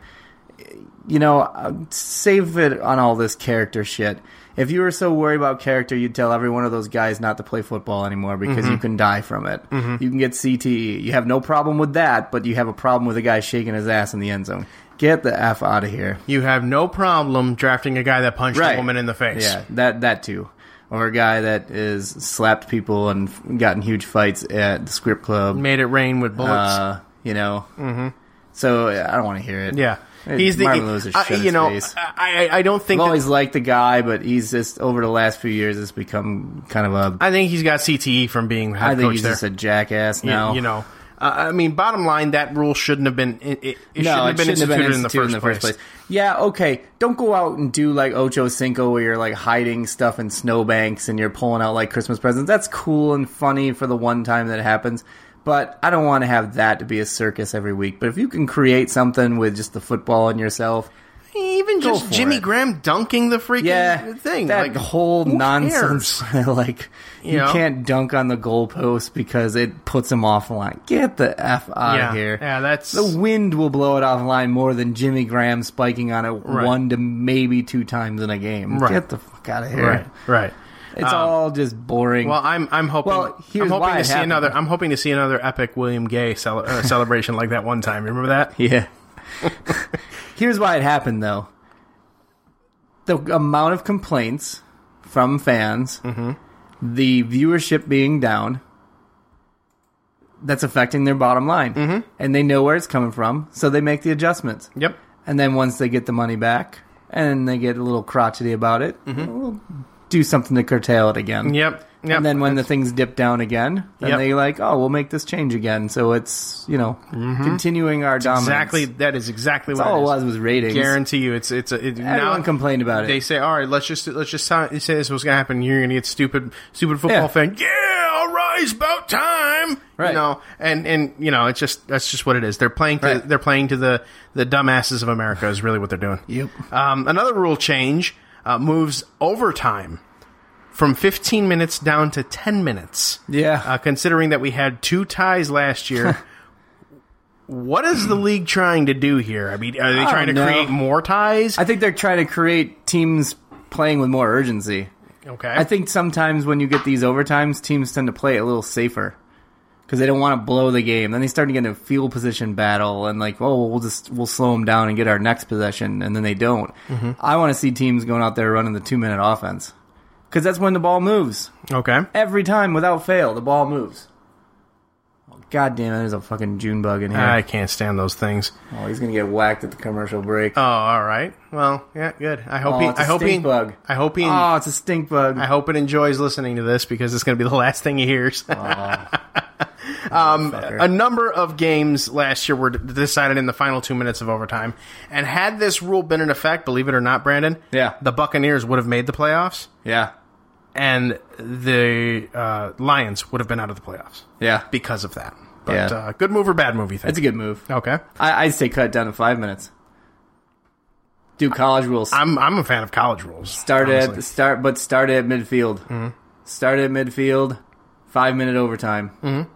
Speaker 6: You know, uh, save it on all this character shit. If you were so worried about character, you'd tell every one of those guys not to play football anymore because
Speaker 3: Mm-hmm.
Speaker 6: you can die from it. You can get CTE. You have no problem with that, but you have a problem with a guy shaking his ass in the end zone. Get the f out of here.
Speaker 3: You have no problem drafting a guy that punched a woman in the face.
Speaker 6: Yeah, that that too, or a guy that is slapped people and f- gotten huge fights at the script club.
Speaker 3: Made it rain with bullets.
Speaker 6: Uh, you know. Mm-hmm. So yeah, I don't want to hear it.
Speaker 3: yeah,
Speaker 6: Hey,
Speaker 3: he's the.
Speaker 6: Marvin Lewis is
Speaker 3: I-
Speaker 6: shut
Speaker 3: you
Speaker 6: his
Speaker 3: know,
Speaker 6: face.
Speaker 3: I, I I don't think.
Speaker 6: I've
Speaker 3: that-
Speaker 6: always liked the guy, but he's just over the last few years has become kind of a. I
Speaker 3: I think he's got CTE from being the head
Speaker 6: think
Speaker 3: coach
Speaker 6: he's
Speaker 3: there.
Speaker 6: just a jackass
Speaker 3: You-
Speaker 6: now.
Speaker 3: you, know. Uh, I mean, bottom line, that rule shouldn't have been. It, it, it shouldn't
Speaker 6: no,
Speaker 3: have been
Speaker 6: it
Speaker 3: instituted,
Speaker 6: shouldn't have been
Speaker 3: in, the
Speaker 6: instituted
Speaker 3: first
Speaker 6: in the first place. Yeah, okay. Don't go out and do like Ocho Cinco where you're like hiding stuff in snowbanks and you're pulling out like Christmas presents. That's cool and funny for the one time that it happens. But I don't want to have that to be a circus every week. But if you can create something with just the football and yourself,
Speaker 3: Even
Speaker 6: Go
Speaker 3: just
Speaker 6: for
Speaker 3: Jimmy
Speaker 6: it.
Speaker 3: Graham dunking the freaking
Speaker 6: yeah,
Speaker 3: thing,
Speaker 6: that
Speaker 3: like
Speaker 6: whole
Speaker 3: who
Speaker 6: nonsense,
Speaker 3: cares?
Speaker 6: like you,
Speaker 3: know?
Speaker 6: can't dunk on the goalpost because it puts him off the line. Get the f out
Speaker 3: Yeah,
Speaker 6: of here.
Speaker 3: yeah, that's
Speaker 6: The wind will blow it offline more than Jimmy Graham spiking on it one to maybe two times in a game.
Speaker 3: Right.
Speaker 6: Get the fuck out of here.
Speaker 3: right, right.
Speaker 6: It's all just boring.
Speaker 3: Well, I'm I'm hoping.
Speaker 6: Well,
Speaker 3: I'm
Speaker 6: here's
Speaker 3: hoping
Speaker 6: why
Speaker 3: to
Speaker 6: it
Speaker 3: see
Speaker 6: happened.
Speaker 3: another. I'm hoping to see another epic William Gay cele- uh, celebration like that one time. Remember that?
Speaker 6: yeah. Here's why it happened, though. The amount of complaints from fans,
Speaker 3: Mm-hmm.
Speaker 6: the viewership being down, that's affecting their bottom line. Mm-hmm. And they know where it's coming from, so they make the adjustments.
Speaker 3: Yep.
Speaker 6: And then once they get the money back and they get a little crotchety about it, we'll do something to curtail it again.
Speaker 3: Mm-hmm. Yep. Yep.
Speaker 6: And then when the things dip down again, then
Speaker 3: Yep.
Speaker 6: they like, oh, we'll make this change again. So it's, you know, continuing our dominance.
Speaker 3: Mm-hmm. exactly that is exactly
Speaker 6: That's
Speaker 3: what
Speaker 6: all it
Speaker 3: is.
Speaker 6: was was ratings.
Speaker 3: Guarantee you, it's it's a, it,
Speaker 6: Everyone
Speaker 3: now
Speaker 6: complained about it.
Speaker 3: They say, all right, let's just let's just si- say this was going to happen. You're going to get stupid stupid football
Speaker 6: Yeah.
Speaker 3: fan. Yeah, all right, it's about time. You
Speaker 6: Right.
Speaker 3: know, and and you know, it's just that's just what it is. They're playing to
Speaker 6: Right.
Speaker 3: they're playing to the the dumbasses of America is really what they're doing.
Speaker 6: Yep.
Speaker 3: Um, another rule change uh, moves overtime from 15 minutes down to 10 minutes.
Speaker 6: Yeah.
Speaker 3: Uh, considering that we had two ties last year. What is the league trying to do here? I mean, are they trying to
Speaker 6: don't know.
Speaker 3: create more ties?
Speaker 6: I think they're trying to create teams playing with more urgency.
Speaker 3: Okay.
Speaker 6: I think sometimes when you get these overtimes, teams tend to play it a little safer because they don't want to blow the game. Then they start to get in a field position battle and like, oh, we'll just we'll slow them down and get our next possession, and then they don't.
Speaker 3: Mm-hmm.
Speaker 6: I want to see teams going out there running the two minute offense because that's when the ball moves
Speaker 3: okay.
Speaker 6: every time without fail. The ball moves. Oh, God damn it! There's a fucking June bug in here.
Speaker 3: I can't stand those things.
Speaker 6: Oh, he's gonna get whacked at the commercial break.
Speaker 3: Oh, all right. Well, yeah, good. I hope
Speaker 6: Oh,
Speaker 3: he.
Speaker 6: it's a
Speaker 3: I hope he.
Speaker 6: stink bug.
Speaker 3: I hope he.
Speaker 6: oh, it's a stink bug.
Speaker 3: E. I hope it enjoys listening to this because it's going to be the last thing he hears. um, a number of games last year were d- decided in the final two minutes of overtime, and had this rule been in effect, believe it or not, Brandon,
Speaker 6: Yeah.
Speaker 3: the Buccaneers would have made the playoffs,
Speaker 6: yeah,
Speaker 3: and the uh, Lions would have been out of the playoffs
Speaker 6: yeah.
Speaker 3: because of that. But
Speaker 6: Yeah.
Speaker 3: uh, good move or bad move, you think?
Speaker 6: That's a good move.
Speaker 3: okay.
Speaker 6: I, I'd say cut it down to five minutes. Do college rules.
Speaker 3: I'm I'm a fan of college rules.
Speaker 6: start
Speaker 3: honestly. Mm-hmm.
Speaker 6: at start, but start at midfield. Start at midfield. Five minute overtime. Mm-hmm.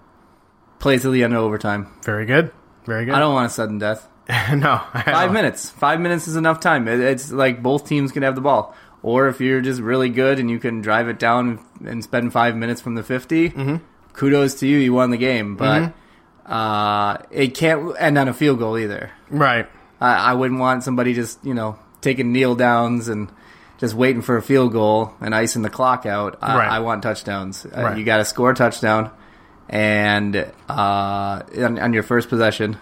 Speaker 6: Play till the end of overtime.
Speaker 3: very good, very good.
Speaker 6: I don't want a sudden death.
Speaker 3: no I
Speaker 6: Five
Speaker 3: don't.
Speaker 6: minutes. Five minutes is enough time. It, it's like both teams can have the ball. Or if you're just really good and you can drive it down and spend five minutes from the 50,
Speaker 3: Mm-hmm.
Speaker 6: kudos to you. You won the game. But uh, it can't end on a field goal either.
Speaker 3: Right.
Speaker 6: I, I wouldn't want somebody just you know taking kneel downs and just waiting for a field goal and icing the clock out. I,
Speaker 3: Right.
Speaker 6: I want touchdowns. Uh,
Speaker 3: Right.
Speaker 6: you got to score a touchdown, and uh, on, on your first possession,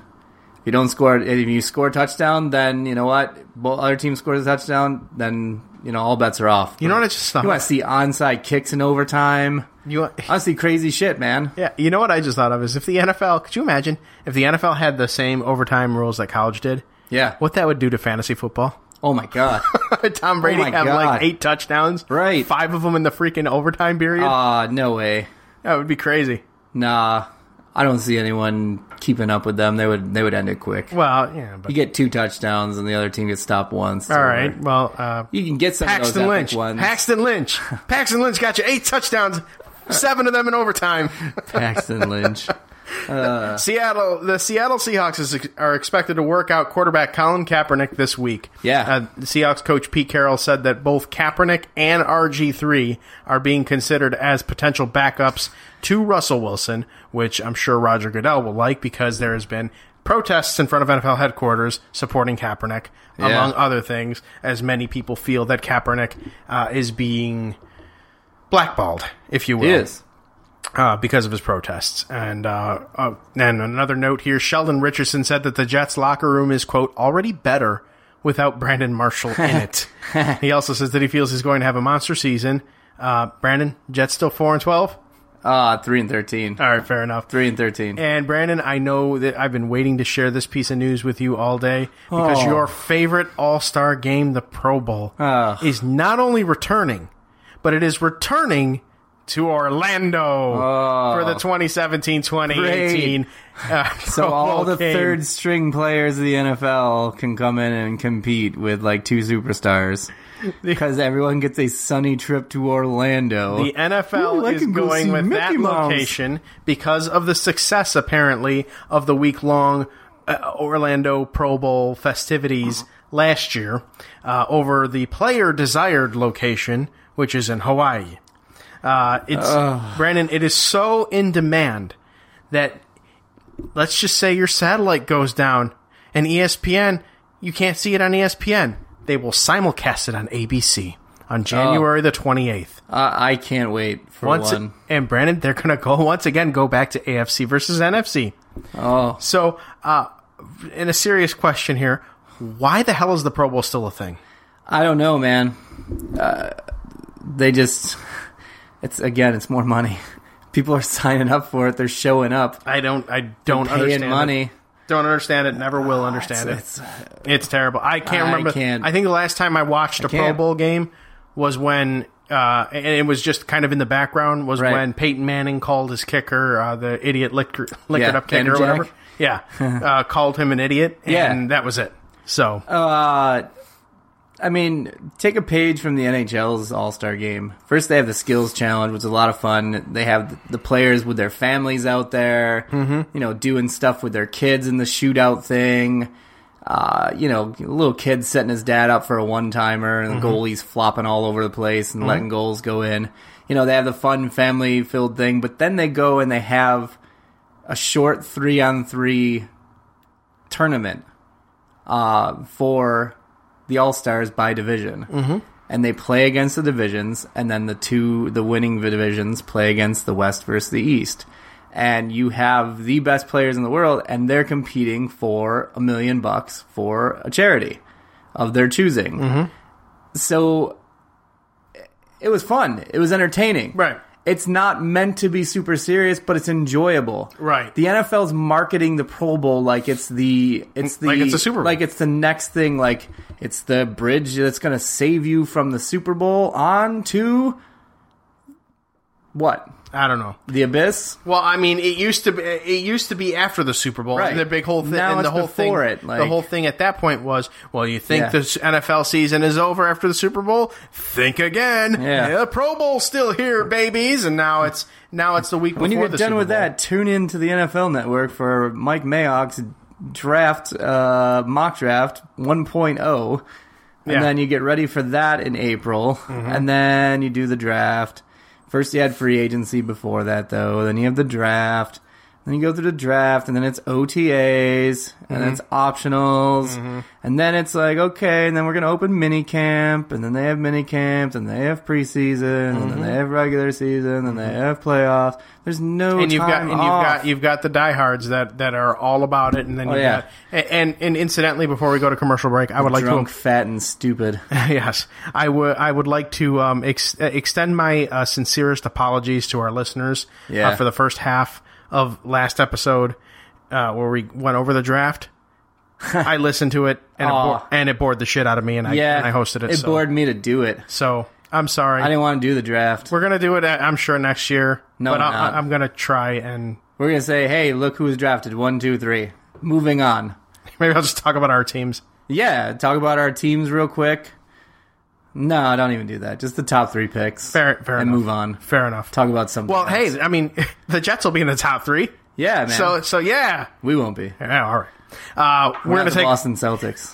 Speaker 6: if you don't score, if you score a touchdown, then you know what? Both other team scores a touchdown, then you know all bets are off.
Speaker 3: You know what? I just thought.
Speaker 6: You want to see onside kicks in overtime.
Speaker 3: You want-
Speaker 6: I wanna see crazy shit, man.
Speaker 3: Yeah, you know what I just thought of is if the NFL, could you imagine if the NFL had the same overtime rules that college did?
Speaker 6: Yeah.
Speaker 3: What that would do to fantasy football?
Speaker 6: Oh my god.
Speaker 3: Tom Brady
Speaker 6: my
Speaker 3: have like
Speaker 6: God.
Speaker 3: eight touchdowns,
Speaker 6: Right.
Speaker 3: Five of them in the freaking overtime period.
Speaker 6: Ah, no way.
Speaker 3: that would be crazy.
Speaker 6: Nah, I don't see anyone keeping up with them. They would they would end it quick.
Speaker 3: Well, yeah, but
Speaker 6: You get two touchdowns and the other team gets stopped once.
Speaker 3: all right. Well, uh,
Speaker 6: You can get some of those
Speaker 3: Paxton
Speaker 6: epic
Speaker 3: Lynch,
Speaker 6: ones.
Speaker 3: Paxton Lynch, Paxton Lynch got you eight touchdowns, seven of them in overtime.
Speaker 6: Paxton Lynch.
Speaker 3: Seattle, the Seattle Seahawks is, are expected to work out quarterback Colin Kaepernick this week.
Speaker 6: Yeah.
Speaker 3: Uh, the Seahawks coach Pete Carroll said that both Kaepernick and RG3 are being considered as potential backups to Russell Wilson, which I'm sure Roger Goodell will like because there has been protests in front of NFL headquarters supporting Kaepernick, among other things, as many people feel that Kaepernick uh, is being blackballed, if you will
Speaker 6: He is.
Speaker 3: uh, because of his protests. And uh, uh, and another note here: Sheldon Richardson said that the Jets' locker room is quote already better without Brandon Marshall in it. he also says that he feels he's going to have a monster season. Uh, Brandon, Jets still four and twelve.
Speaker 6: Ah, three and thirteen.
Speaker 3: All right, fair enough.
Speaker 6: Three and thirteen.
Speaker 3: And Brandon, I know that I've been waiting to share this piece of news with you all day because
Speaker 6: Oh.
Speaker 3: your favorite All Star game, the Pro Bowl, is not only returning, but it is returning to Orlando
Speaker 6: Oh.
Speaker 3: for the 2017-2018 uh,
Speaker 6: So
Speaker 3: Pro
Speaker 6: all
Speaker 3: Bowl
Speaker 6: the
Speaker 3: game.
Speaker 6: third string players of the NFL can come in and compete with like two superstars. Because everyone gets a sunny trip to Orlando.
Speaker 3: The NFL
Speaker 6: Ooh, I
Speaker 3: is
Speaker 6: can go
Speaker 3: going
Speaker 6: see
Speaker 3: with
Speaker 6: Mickey
Speaker 3: that
Speaker 6: Mouse.
Speaker 3: location because of the success, apparently, of the week long uh, Orlando Pro Bowl festivities last year uh, over the player desired location, which is in Hawaii. Uh, it's Brandon. It is so in demand that let's just say your satellite goes down and E ESPN, you can't see it on E ESPN. They will simulcast it on ABC on January the twenty eighth.
Speaker 6: I, I can't wait for
Speaker 3: Once
Speaker 6: one.
Speaker 3: and Brandon, they're gonna go once again go back to AFC versus NFC.
Speaker 6: Oh.
Speaker 3: So, uh, in a serious question here, why the hell is the Pro Bowl still a thing?
Speaker 6: I don't know, man. Uh, they just, it's again, it's more money. People are signing up for it. They're showing up,
Speaker 3: I don't, I don't
Speaker 6: paying
Speaker 3: understand. it.
Speaker 6: money. Oh,
Speaker 3: Don't understand it. Never will understand it.
Speaker 6: It's- it's-
Speaker 3: It's terrible. I can't
Speaker 6: I
Speaker 3: remember.
Speaker 6: can't.
Speaker 3: I think the last time I watched a Pro
Speaker 6: can't.
Speaker 3: Bowl game was when, uh, and it was just kind of in the background, was
Speaker 6: Right.
Speaker 3: when Peyton Manning called his kicker, uh, the idiot lick, lick
Speaker 6: Yeah,
Speaker 3: it up kicker or
Speaker 6: Vanderjack.
Speaker 3: whatever. Yeah. uh, called him an idiot. And
Speaker 6: Yeah.
Speaker 3: that was it. So,
Speaker 6: Uh, I mean, take a page from the NHL's All Star game. First, they have the skills challenge, which is a lot of fun. They have the players with their families out there, you know, doing stuff with their kids in the shootout thing. uh, you know, little kid setting his dad up for a one timer and the goalies flopping all over the place and letting goals go in. You know, they have the fun family filled thing, but then they go and they have a short three on three tournament uh, for the All Stars by division. Mm-hmm. And they play against the divisions, and then the two, the winning divisions, play against the West versus the East. And you have the best players in the world, and they're competing for a million bucks for a charity of their choosing. So it was fun. It was entertaining.
Speaker 3: Right.
Speaker 6: It's not meant to be super serious, but it's enjoyable.
Speaker 3: Right.
Speaker 6: The NFL's marketing the Pro Bowl like it's the it's the
Speaker 3: Like it's a Super Bowl.
Speaker 6: like it's the next thing. Like it's the bridge that's going to save you from the Super Bowl on to what
Speaker 3: I don't know.
Speaker 6: the abyss.
Speaker 3: Well, I mean, it used to be it used to be after the Super Bowl.
Speaker 6: Right.
Speaker 3: And the big whole thing.
Speaker 6: Now
Speaker 3: and the
Speaker 6: it's
Speaker 3: whole
Speaker 6: before
Speaker 3: thing.
Speaker 6: it, like-
Speaker 3: the whole thing at that point was, well, you think
Speaker 6: Yeah.
Speaker 3: the NFL season is over after the Super Bowl? Think again.
Speaker 6: Yeah.
Speaker 3: The Pro Bowl's still here, babies, and now it's now it's the week
Speaker 6: When you
Speaker 3: before
Speaker 6: get
Speaker 3: the
Speaker 6: done
Speaker 3: Super
Speaker 6: with
Speaker 3: Bowl.
Speaker 6: that, tune in to the NFL Network for Mike Mayock's draft uh, mock draft oh. 1.0. And
Speaker 3: Yeah. Mm-hmm.
Speaker 6: then you get ready for that in April, and then you do the draft. First, you had free agency before that, though. Then you have the draft. Then you go through the draft, and then it's OTAs, and then it's
Speaker 3: Mm-hmm.
Speaker 6: optionals, and then it's like okay, and then we're gonna open mini camp, and then they have mini camps, and they have preseason, and then they
Speaker 3: Mm-hmm.
Speaker 6: have regular season, and they have playoffs. There's no
Speaker 3: and you've got
Speaker 6: time
Speaker 3: and you've
Speaker 6: off.
Speaker 3: got you've got the diehards that that are all about it, and then
Speaker 6: Oh,
Speaker 3: you've
Speaker 6: yeah.
Speaker 3: got and, and and incidentally, before we go to commercial break, I would like
Speaker 6: drunk,
Speaker 3: to
Speaker 6: fat, and stupid.
Speaker 3: yes, I would. I would like to um, ex- uh, extend my uh, sincerest apologies to our listeners
Speaker 6: Yeah.
Speaker 3: uh, for the first half of last episode uh, where we went over the draft. I listened to it and it,
Speaker 6: Aw.
Speaker 3: bo- and it bored the shit out of me, and I
Speaker 6: yeah,
Speaker 3: and I hosted it.
Speaker 6: It
Speaker 3: so,
Speaker 6: bored me to do it.
Speaker 3: so I'm sorry.
Speaker 6: I didn't want to do the draft.
Speaker 3: We're gonna do it. uh, I'm sure next year.
Speaker 6: No,
Speaker 3: but
Speaker 6: we're
Speaker 3: I-
Speaker 6: not.
Speaker 3: I, I'm gonna try and
Speaker 6: We're gonna say, hey, look who was drafted. One, two, three. Moving on.
Speaker 3: maybe I'll just talk about our teams.
Speaker 6: Yeah, talk about our teams real quick. No, don't even do that. Just the top three picks.
Speaker 3: Fair, fair
Speaker 6: and
Speaker 3: enough.
Speaker 6: move on.
Speaker 3: Fair enough.
Speaker 6: Talk about something.
Speaker 3: well,
Speaker 6: else.
Speaker 3: hey, I mean, the Jets will be in the top three.
Speaker 6: yeah, man.
Speaker 3: So, so yeah.
Speaker 6: we won't be. We're,
Speaker 3: Yeah, all right. Uh, we're,
Speaker 6: not
Speaker 3: gonna
Speaker 6: the
Speaker 3: take
Speaker 6: Boston Celtics.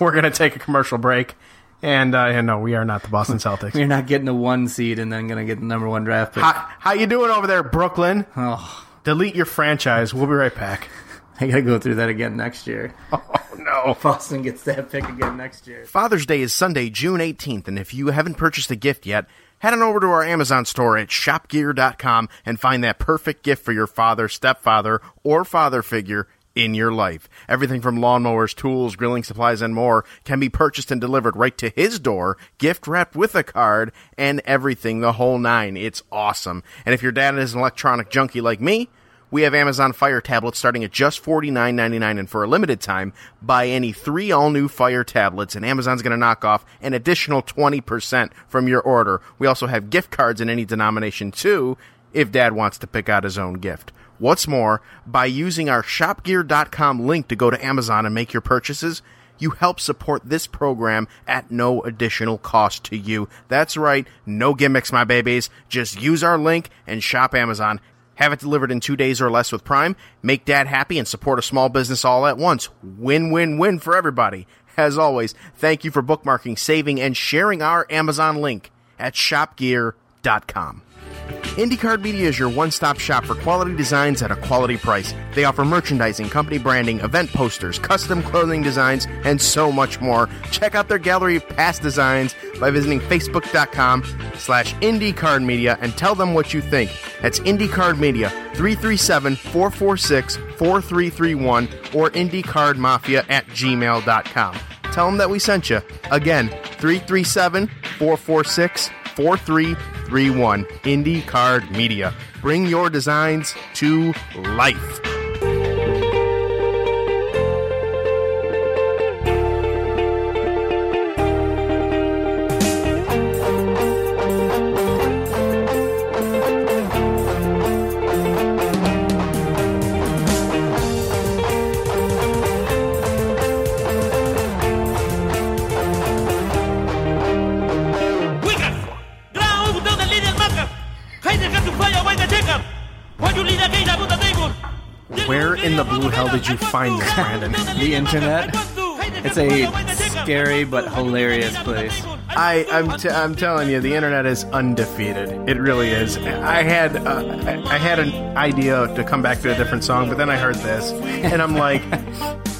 Speaker 3: we're gonna take a commercial break, and uh, yeah, no, we are not the Boston Celtics.
Speaker 6: You're not getting the one seed and then gonna get the number one draft pick.
Speaker 3: how, how you doing over there, Brooklyn?
Speaker 6: Oh,
Speaker 3: Delete your franchise. We'll be right back.
Speaker 6: I gotta go through that again next year.
Speaker 3: Oh no.
Speaker 6: Boston gets that pick again next year.
Speaker 4: Father's Day is Sunday, June 18th, and if you haven't purchased a gift yet, head on over to our Amazon store at shopgear.com and find that perfect gift for your father, stepfather, or father figure in your life. Everything from lawnmowers, tools, grilling supplies, and more can be purchased and delivered right to his door, gift wrapped with a card, and everything, the whole nine. It's awesome. And if your dad is an electronic junkie like me, we have Amazon Fire tablets starting at just $49.99 and for a limited time, buy any three all new Fire tablets and Amazon's going to knock off an additional 20% from your order. We also have gift cards in any denomination too if dad wants to pick out his own gift. What's more, by using our shopgear.com link to go to Amazon and make your purchases, you help support this program at no additional cost to you. That's right, no gimmicks, my babies. Just use our link and shop Amazon. Have it delivered in two days or less with Prime. Make dad happy and support a small business all at once. Win, win, win for everybody. As always, thank you for bookmarking, saving, and sharing our Amazon link at shopgear.com. IndyCard Media is your one stop shop for quality designs at a quality price. They offer merchandising, company branding, event posters, custom clothing designs, and so much more. Check out their gallery of past designs by visiting facebook.com slash IndyCard Media and tell them what you think. That's IndyCard Media, 337 446 4331 or IndyCardMafia at gmail.com. Tell them that we sent you. Again, 337 446 4331 IndyCard Media. Bring your designs to life.
Speaker 7: Wake up! Ground who does the little mucker! Hey, they got to fire away the jacob! Why'd you leave the gate above the table?
Speaker 3: Where in the blue hell did you find this, Brandon?
Speaker 6: The internet? It's a scary but hilarious place.
Speaker 3: I, I'm, t- I'm telling you, the internet is undefeated. It really is. I had uh, I I had an idea to come back to a different song, but then I heard this, and I'm like,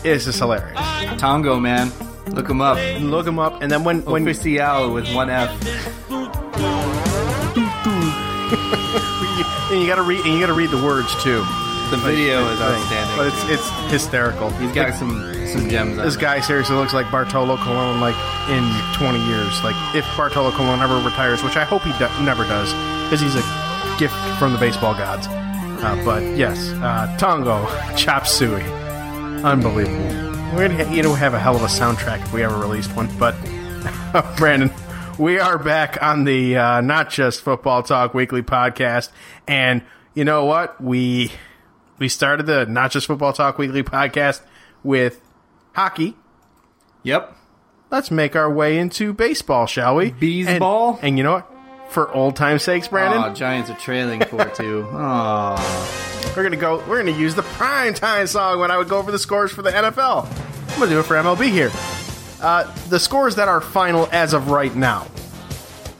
Speaker 3: this is hilarious.
Speaker 6: Tongo, man. Look him up.
Speaker 3: And look them up, and then when when
Speaker 6: Official with one F.
Speaker 3: and you gotta read and you gotta read the words too.
Speaker 6: The video is
Speaker 3: But
Speaker 6: outstanding.
Speaker 3: it's it's hysterical.
Speaker 6: He's got some some gems. On
Speaker 3: This
Speaker 6: it.
Speaker 3: guy seriously looks like Bartolo Colon, like in 20 years. Like if Bartolo Colon ever retires, which I hope he do- never does, because he's a gift from the baseball gods. Uh, but yes, uh, Tongo Chop Suey, unbelievable. We're gonna, you know, have a hell of a soundtrack if we ever released one. But Brandon, we are back on the uh, not just football talk weekly podcast, and you know what we we started the not just football talk weekly podcast with hockey.
Speaker 6: Yep.
Speaker 3: Let's make our way into baseball, shall we?
Speaker 6: Beesball?
Speaker 3: And, and you know what? For old time's sakes, Brandon,
Speaker 6: Oh, Giants are trailing four two. Oh,
Speaker 3: we're gonna go. We're gonna use the prime time song when I would go over the scores for the NFL. I'm gonna do it for MLB here. Uh, the scores that are final as of right now,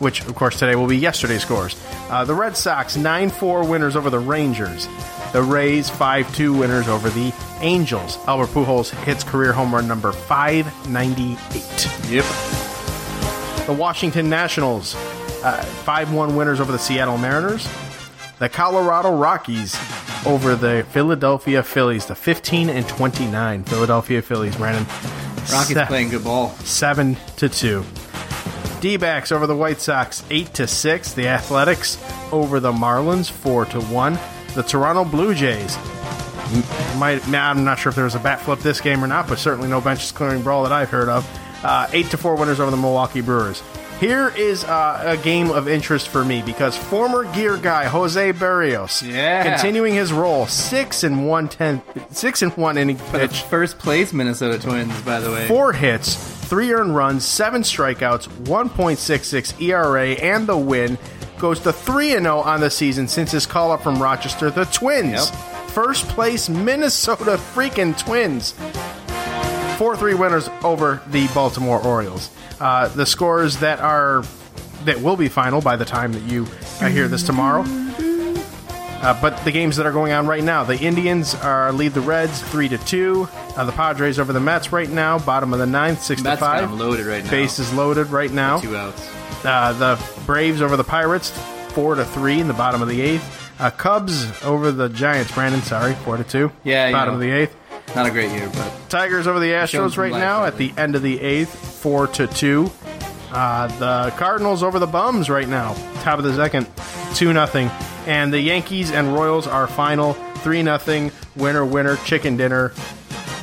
Speaker 3: which of course today will be yesterday's scores. Uh, the Red Sox nine four winners over the Rangers. The Rays five two winners over the Angels. Albert Pujols hits career home run number five ninety eight.
Speaker 6: yep.
Speaker 3: the Washington Nationals, uh, five one winners over the Seattle Mariners, the Colorado Rockies over the Philadelphia Phillies, the fifteen and twenty nine Philadelphia Phillies. Brandon
Speaker 6: Rockies
Speaker 3: se-
Speaker 6: playing good ball.
Speaker 3: seven to two. D-backs over the White Sox eight to six. The Athletics over the Marlins four to one. The Toronto Blue Jays. m- Might, now I'm not sure if there was a bat flip this game or not, but certainly no benches clearing brawl that I've heard of. Uh, eight to four winners over the Milwaukee Brewers. Here is uh, a game of interest for me because former gear guy Jose Barrios,
Speaker 6: Yeah.
Speaker 3: continuing his role, six and one ten, six and one inning
Speaker 6: The
Speaker 3: pitch,
Speaker 6: first place Minnesota Twins, by the way.
Speaker 3: four hits, three earned runs, seven strikeouts, 1.66 ERA, E and the win goes to 3 0 on the season since his call up from Rochester, the Twins.
Speaker 6: Yep.
Speaker 3: First place Minnesota freaking Twins. 4 3 winners over the Baltimore Orioles. Uh, the scores that are. That will be final by the time that you uh, hear this tomorrow. Uh, but the games that are going on right now, the Indians are lead the Reds three to two. Uh, the Padres over the Mets right now, bottom of the ninth, six
Speaker 6: Mets
Speaker 3: to five.
Speaker 6: got 'em loaded right now.
Speaker 3: Base is loaded right now.
Speaker 6: Two outs.
Speaker 3: Uh, the Braves over the Pirates, four to three in the bottom of the eighth. Uh, Cubs over the Giants. Brandon, sorry, four to two.
Speaker 6: Yeah, you
Speaker 3: bottom
Speaker 6: know.
Speaker 3: of the eighth.
Speaker 6: Not a great year, but
Speaker 3: Tigers over the
Speaker 6: showing
Speaker 3: Astros
Speaker 6: some
Speaker 3: right
Speaker 6: life
Speaker 3: now
Speaker 6: out
Speaker 3: at
Speaker 6: there.
Speaker 3: the end of the eighth, four to two. Uh, the Cardinals over the Bums right now, top of the second, two nothing. And the Yankees and Royals are final, three nothing. Winner, winner, chicken dinner.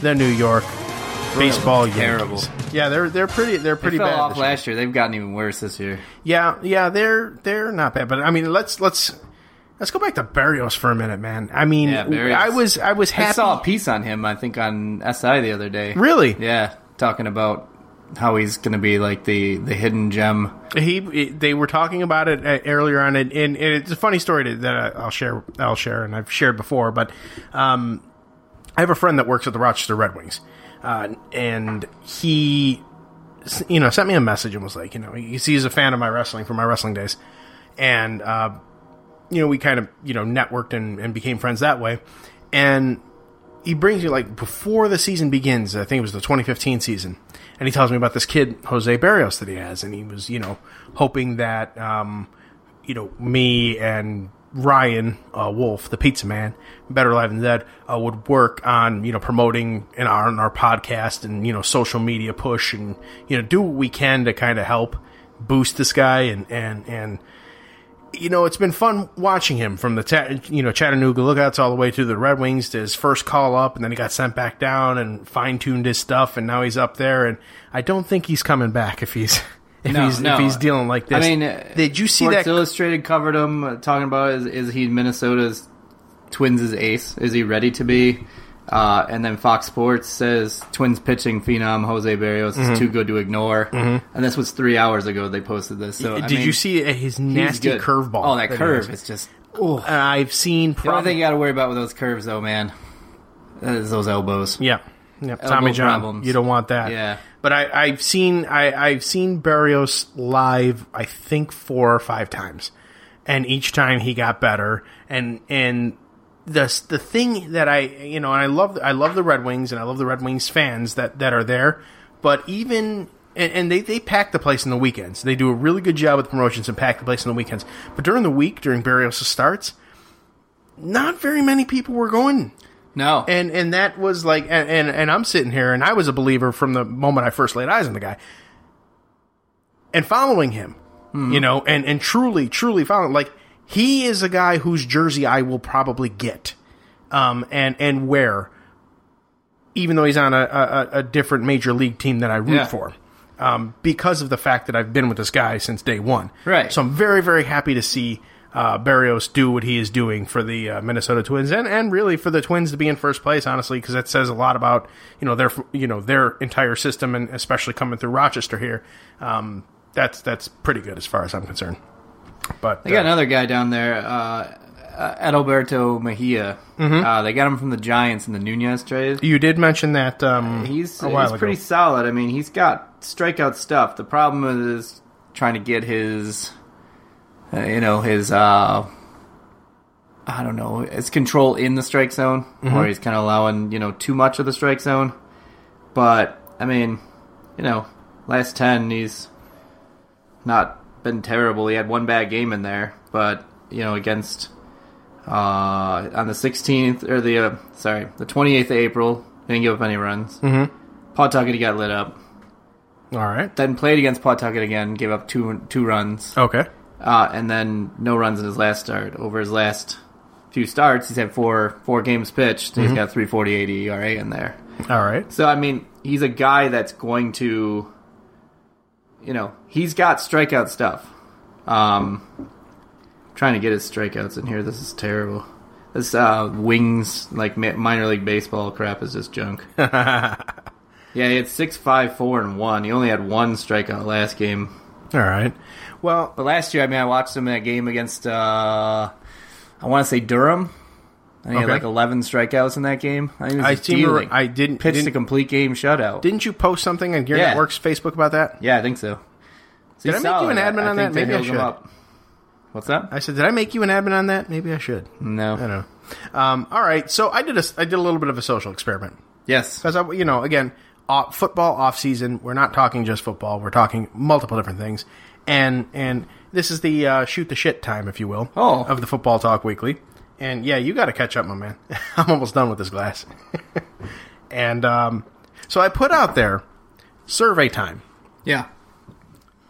Speaker 3: The New York baseball
Speaker 6: are terrible.
Speaker 3: Yankees. Yeah, they're they're pretty they're
Speaker 6: they
Speaker 3: pretty
Speaker 6: fell
Speaker 3: bad.
Speaker 6: off
Speaker 3: this year.
Speaker 6: last year. They've gotten even worse this year.
Speaker 3: Yeah, yeah, they're they're not bad, but I mean, let's let's let's go back to Barrios for a minute, man. I mean,
Speaker 6: Yeah, Barrios.
Speaker 3: I was I was happy.
Speaker 6: I saw a piece on him, I think, on SI the other day.
Speaker 3: Really?
Speaker 6: Yeah, talking about how he's going to be like the the hidden gem.
Speaker 3: he they were talking about it uh, earlier on and, and it's a funny story to- that I- i'll share i'll share and i've shared before but um i have a friend that works at the rochester red wings uh, and he s- you know sent me a message and was like you know he's, he's a fan of my wrestling from my wrestling days and uh you know we kind of you know networked and, and became friends that way and he brings me like before the season begins. I think it was the 2015 season, and he tells me about this kid Jose Barrios that he has, and he was you know hoping that um, you know me and Ryan uh, Wolf, the Pizza Man, Better Alive Than Dead, uh, would work on you know promoting and our on our podcast and you know social media push and you know do what we can to kind of help boost this guy and and and you know, it's been fun watching him from the ta- you know Chattanooga Lookouts all the way to the Red Wings to his first call up, and then he got sent back down and fine tuned his stuff, and now he's up there. And I don't think he's coming back if he's if
Speaker 6: No,
Speaker 3: he's
Speaker 6: no.
Speaker 3: if he's dealing like this.
Speaker 6: I mean, uh,
Speaker 3: did you see
Speaker 6: Sports
Speaker 3: that?
Speaker 6: Illustrated covered him uh, talking about is, is he Minnesota's Twins' ace? Is he ready to be? Uh, and then Fox Sports says Twins pitching phenom Jose Barrios
Speaker 3: Mm-hmm.
Speaker 6: is too good to ignore. And this was three hours ago they posted this. So I
Speaker 3: did
Speaker 6: mean,
Speaker 3: you see his
Speaker 6: he's
Speaker 3: nasty
Speaker 6: good.
Speaker 3: curveball?
Speaker 6: Oh, that
Speaker 3: he
Speaker 6: curve!
Speaker 3: has?
Speaker 6: It's just
Speaker 3: And I've seen
Speaker 6: the only
Speaker 3: probably
Speaker 6: thing you got to worry about with those curves, though, man, is those elbows.
Speaker 3: yeah. Yep,
Speaker 6: elbow
Speaker 3: Tommy John.
Speaker 6: problems.
Speaker 3: You don't want that.
Speaker 6: Yeah.
Speaker 3: But I, I've seen I, I've seen Barrios live. I think four or five times, and each time he got better. And and the s- the thing that I you know and I love I love the Red Wings and I love the Red Wings fans that that are there. But even and, and they they pack the place in the weekends. They do a really good job with promotions and pack the place in the weekends. But during the week, during Barrios' starts, not very many people were going
Speaker 6: No.
Speaker 3: and and that was like and, and and I'm sitting here and I was a believer from the moment I first laid eyes on the guy and following him you know and and truly truly following like he is a guy whose jersey I will probably get um and and wear even though he's on a a, a- a different major league team that I root
Speaker 6: Yeah.
Speaker 3: for um because of the fact that I've been with this guy since day 1
Speaker 6: Right.
Speaker 3: so I'm very, very happy to see uh, Barrios do what he is doing for the uh, Minnesota Twins, and, and really for the Twins to be in first place, honestly, because that says a lot about you know their you know their entire system, and especially coming through Rochester here. Um, that's that's pretty good as far as I'm concerned. But
Speaker 6: They got
Speaker 3: uh,
Speaker 6: another guy down there, uh, Adalberto Mejia. Uh, they got him from the Giants in the Nunez trade.
Speaker 3: you did mention that um,
Speaker 6: He's,
Speaker 3: a while
Speaker 6: he's pretty
Speaker 3: ago.
Speaker 6: solid. I mean, he's got strikeout stuff. The problem is trying to get his, uh, you know, his, uh, I don't know, his control in the strike zone,
Speaker 3: Mm-hmm.
Speaker 6: where he's kind of allowing, you know, too much of the strike zone. But, I mean, you know, last 10, he's not been terrible. He had one bad game in there, but, you know, against uh, on the 16th or the uh, sorry the 28th of April. Didn't give up any runs. Mm-hmm. Pawtucket got lit up.
Speaker 3: All right.
Speaker 6: Then played against Pawtucket again. Gave up two two runs.
Speaker 3: Okay.
Speaker 6: Uh, and then no runs in his last start. Over his last few starts, he's had four four games pitched. He's got 3.48 ERA E in there.
Speaker 3: All right.
Speaker 6: So I mean, he's a guy that's going to, you know, he's got strikeout stuff. Um, trying to get his strikeouts in here. This is terrible. This uh, wings like mi- minor league baseball crap is just junk. yeah, he had six, five, four, and one. He only had one strikeout last game.
Speaker 3: All right. Well,
Speaker 6: But last year, I mean, I watched him in a game against, uh, I want to say Durham. And he had
Speaker 3: Okay.
Speaker 6: like 11 strikeouts in that game. I, think it was
Speaker 3: I
Speaker 6: just
Speaker 3: seem to-
Speaker 6: dealing.
Speaker 3: I didn't-
Speaker 6: pitched a
Speaker 3: didn't-
Speaker 6: complete game shutout.
Speaker 3: didn't you post something on Gear
Speaker 6: Yeah.
Speaker 3: Network's Facebook about that?
Speaker 6: Yeah, I think so. So
Speaker 3: Did
Speaker 6: he's
Speaker 3: I make you an
Speaker 6: solid.
Speaker 3: admin on that?
Speaker 6: think they
Speaker 3: Maybe I
Speaker 6: held him
Speaker 3: should.
Speaker 6: What's that?
Speaker 3: I said, did I make you an admin on that? Maybe I should.
Speaker 6: no.
Speaker 3: I don't know. Um, all right, so I did a I did a little bit of a social experiment
Speaker 6: Yes.
Speaker 3: because I you know again off, football off season we're not talking just football we're talking multiple different things and and this is the uh, shoot the shit time if you will
Speaker 6: Oh.
Speaker 3: of the football talk weekly and yeah you got to catch up my man I'm almost done with this glass and um, so I put out there survey time
Speaker 6: Yeah.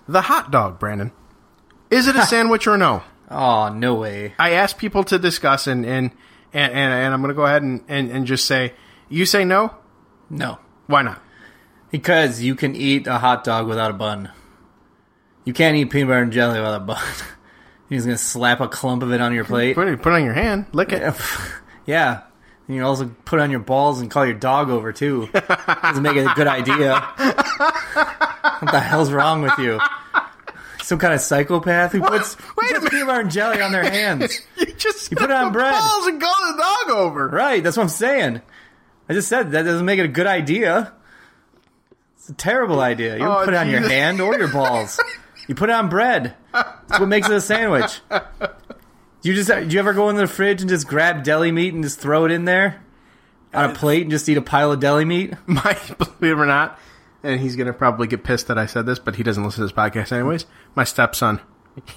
Speaker 3: the hot dog Brandon is it a sandwich or no.
Speaker 6: Oh no way.
Speaker 3: I asked people to discuss, and and and, and, and I'm going to go ahead and, and, and just say, you say no,
Speaker 6: No.
Speaker 3: why not?
Speaker 6: Because you can eat a hot dog without a bun. You can't eat peanut butter and jelly without a bun. You're just gonna slap a clump of it on your plate.
Speaker 3: Put it, put it on your hand, lick it.
Speaker 6: yeah. And you can also put it on your balls and call your dog over too. Doesn't make it a good idea. what the hell's wrong with you? Some kind of psychopath who puts, who
Speaker 3: Wait a
Speaker 6: puts
Speaker 3: minute.
Speaker 6: peanut butter and jelly on their hands.
Speaker 3: You just
Speaker 6: put it on
Speaker 3: the
Speaker 6: bread.
Speaker 3: balls and call the dog over.
Speaker 6: Right, that's what I'm saying. I just said that doesn't make it a good idea. It's a terrible idea. You don't
Speaker 3: Oh,
Speaker 6: put it on your
Speaker 3: Jesus.
Speaker 6: hand or your balls. you put it on bread. That's what makes it a sandwich. Do you just do you ever go in the fridge and just grab deli meat and just throw it in there on a plate and just eat a pile of deli meat?
Speaker 3: My believe it or not, and he's going to probably get pissed that I said this, but he doesn't listen to this podcast anyways. My stepson,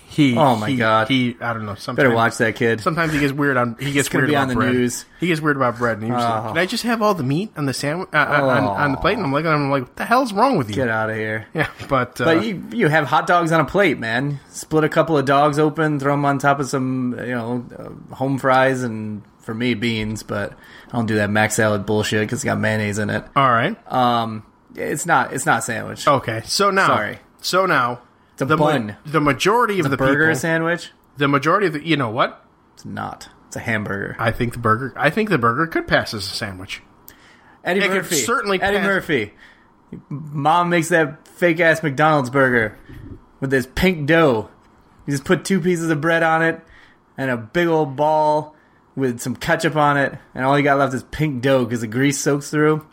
Speaker 3: he
Speaker 6: Oh, my
Speaker 3: he-
Speaker 6: God.
Speaker 3: he I don't know. Sometimes,
Speaker 6: Better watch that kid.
Speaker 3: Sometimes he gets weird on he gets
Speaker 6: gonna
Speaker 3: weird
Speaker 6: be
Speaker 3: about
Speaker 6: on the
Speaker 3: bread.
Speaker 6: news.
Speaker 3: He gets weird about bread, and he was like,
Speaker 6: Oh.
Speaker 3: "Can I just have all the meat on the sandwich uh, on, on- on the plate?" And I'm looking, at him, I'm like, "What the hell's wrong with you?"
Speaker 6: Get out of here.
Speaker 3: Yeah, but uh,
Speaker 6: But you, you have hot dogs on a plate, man. Split a couple of dogs open, throw them on top of some, you know, uh, home fries and for me beans. But I don't do that mac salad bullshit because it's got mayonnaise in it.
Speaker 3: all right.
Speaker 6: Um, it's not it's not a sandwich.
Speaker 3: Okay, so now,
Speaker 6: Sorry.
Speaker 3: so now,
Speaker 6: a
Speaker 3: Oh, the ma-
Speaker 6: bun.
Speaker 3: the majority of
Speaker 6: it's a
Speaker 3: the
Speaker 6: burger
Speaker 3: people,
Speaker 6: sandwich.
Speaker 3: the majority of the, you know what?
Speaker 6: It's not. It's a hamburger.
Speaker 3: I think the burger, I think the burger could pass as a sandwich.
Speaker 6: Eddie
Speaker 3: it could
Speaker 6: Murphy.
Speaker 3: certainly
Speaker 6: Eddie
Speaker 3: pass-
Speaker 6: Murphy. Mom makes that fake ass McDonald's burger with this pink dough. You just put two pieces of bread on it and a big old ball with some ketchup on it, and all you got left is pink dough because the grease soaks through.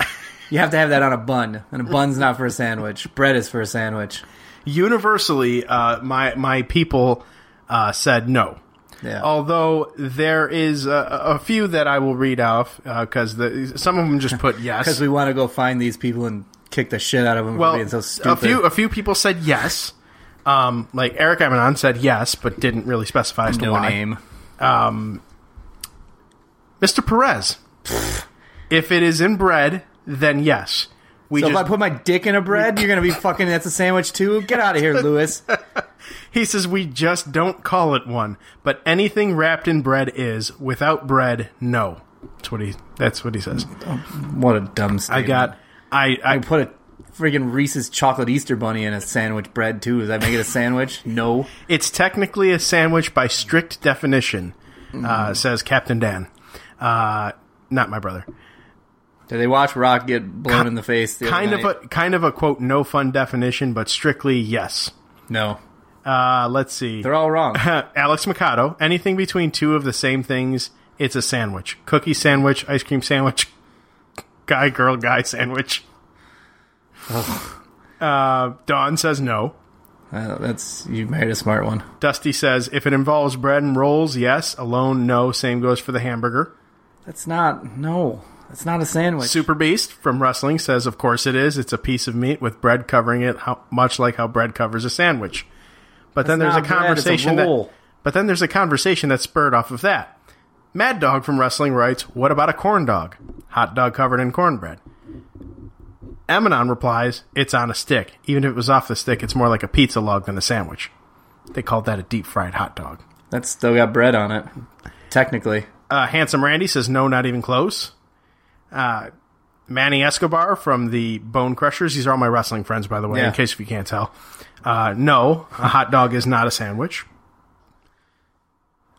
Speaker 6: You have to have that on a bun, and a bun's not for a sandwich. Bread is for a sandwich.
Speaker 3: Universally, uh, my my people uh, said no.
Speaker 6: Yeah.
Speaker 3: Although there is a, a few that I will read off because the some of them just put yes.
Speaker 6: because we want to go find these people and kick the shit out of them
Speaker 3: well,
Speaker 6: for being so
Speaker 3: a
Speaker 6: stupid.
Speaker 3: few a few people said yes. Um, like Eric Amanon said yes, but didn't really specify as to
Speaker 6: no
Speaker 3: why.
Speaker 6: name.
Speaker 3: Mr. Perez. if it is in bread, then yes. We
Speaker 6: So if
Speaker 3: just,
Speaker 6: I put my dick in a bread, you're gonna be fucking. That's a sandwich too. Get out of here, Lewis.
Speaker 3: he says we just don't call it one, but anything wrapped in bread is. Without bread, no. That's what he. That's what he says.
Speaker 6: What a dumb.
Speaker 3: I
Speaker 6: Statement.
Speaker 3: got. I
Speaker 6: I
Speaker 3: I
Speaker 6: put a freaking Reese's chocolate Easter bunny in a sandwich bread too. Does that make it a sandwich? No.
Speaker 3: It's technically a sandwich by strict definition,
Speaker 6: Mm.
Speaker 3: uh, says Captain Dan. Uh, not my brother.
Speaker 6: Did they watch Rock get blown in the face? The other
Speaker 3: Kind of
Speaker 6: night?
Speaker 3: a kind of a quote no fun definition, but strictly yes.
Speaker 6: no.
Speaker 3: Uh, let's see.
Speaker 6: They're all wrong.
Speaker 3: Alex Mikado. Anything between two of the same things, it's a sandwich. Cookie sandwich, ice cream sandwich, guy girl guy sandwich. Uh, Don says no.
Speaker 6: Uh, that's you married a smart one.
Speaker 3: Dusty says if it involves bread and rolls, yes. Alone, no. Same goes for the hamburger.
Speaker 6: That's not no. That's not a sandwich.
Speaker 3: Super Beast from wrestling says, "Of course it is. It's a piece of meat with bread covering it, how, much like how bread covers a sandwich." But then there's
Speaker 6: not
Speaker 3: a
Speaker 6: bread, it's a
Speaker 3: conversation that,
Speaker 6: roll.
Speaker 3: but then there's a conversation that spurred off of that. Mad Dog from wrestling writes, "What about a corn dog? Hot dog covered in cornbread." Eminon replies, "It's on a stick. Even if it was off the stick, it's more like a pizza log than a sandwich." They called that a deep fried hot dog.
Speaker 6: That's still got bread on it. Technically,
Speaker 3: Uh, Handsome Randy says, no, not even close. Uh, Manny Escobar from the Bone Crushers. These are all my wrestling friends, by the way,
Speaker 6: Yeah.
Speaker 3: in case if you can't tell. Uh, no, a hot dog is not a sandwich.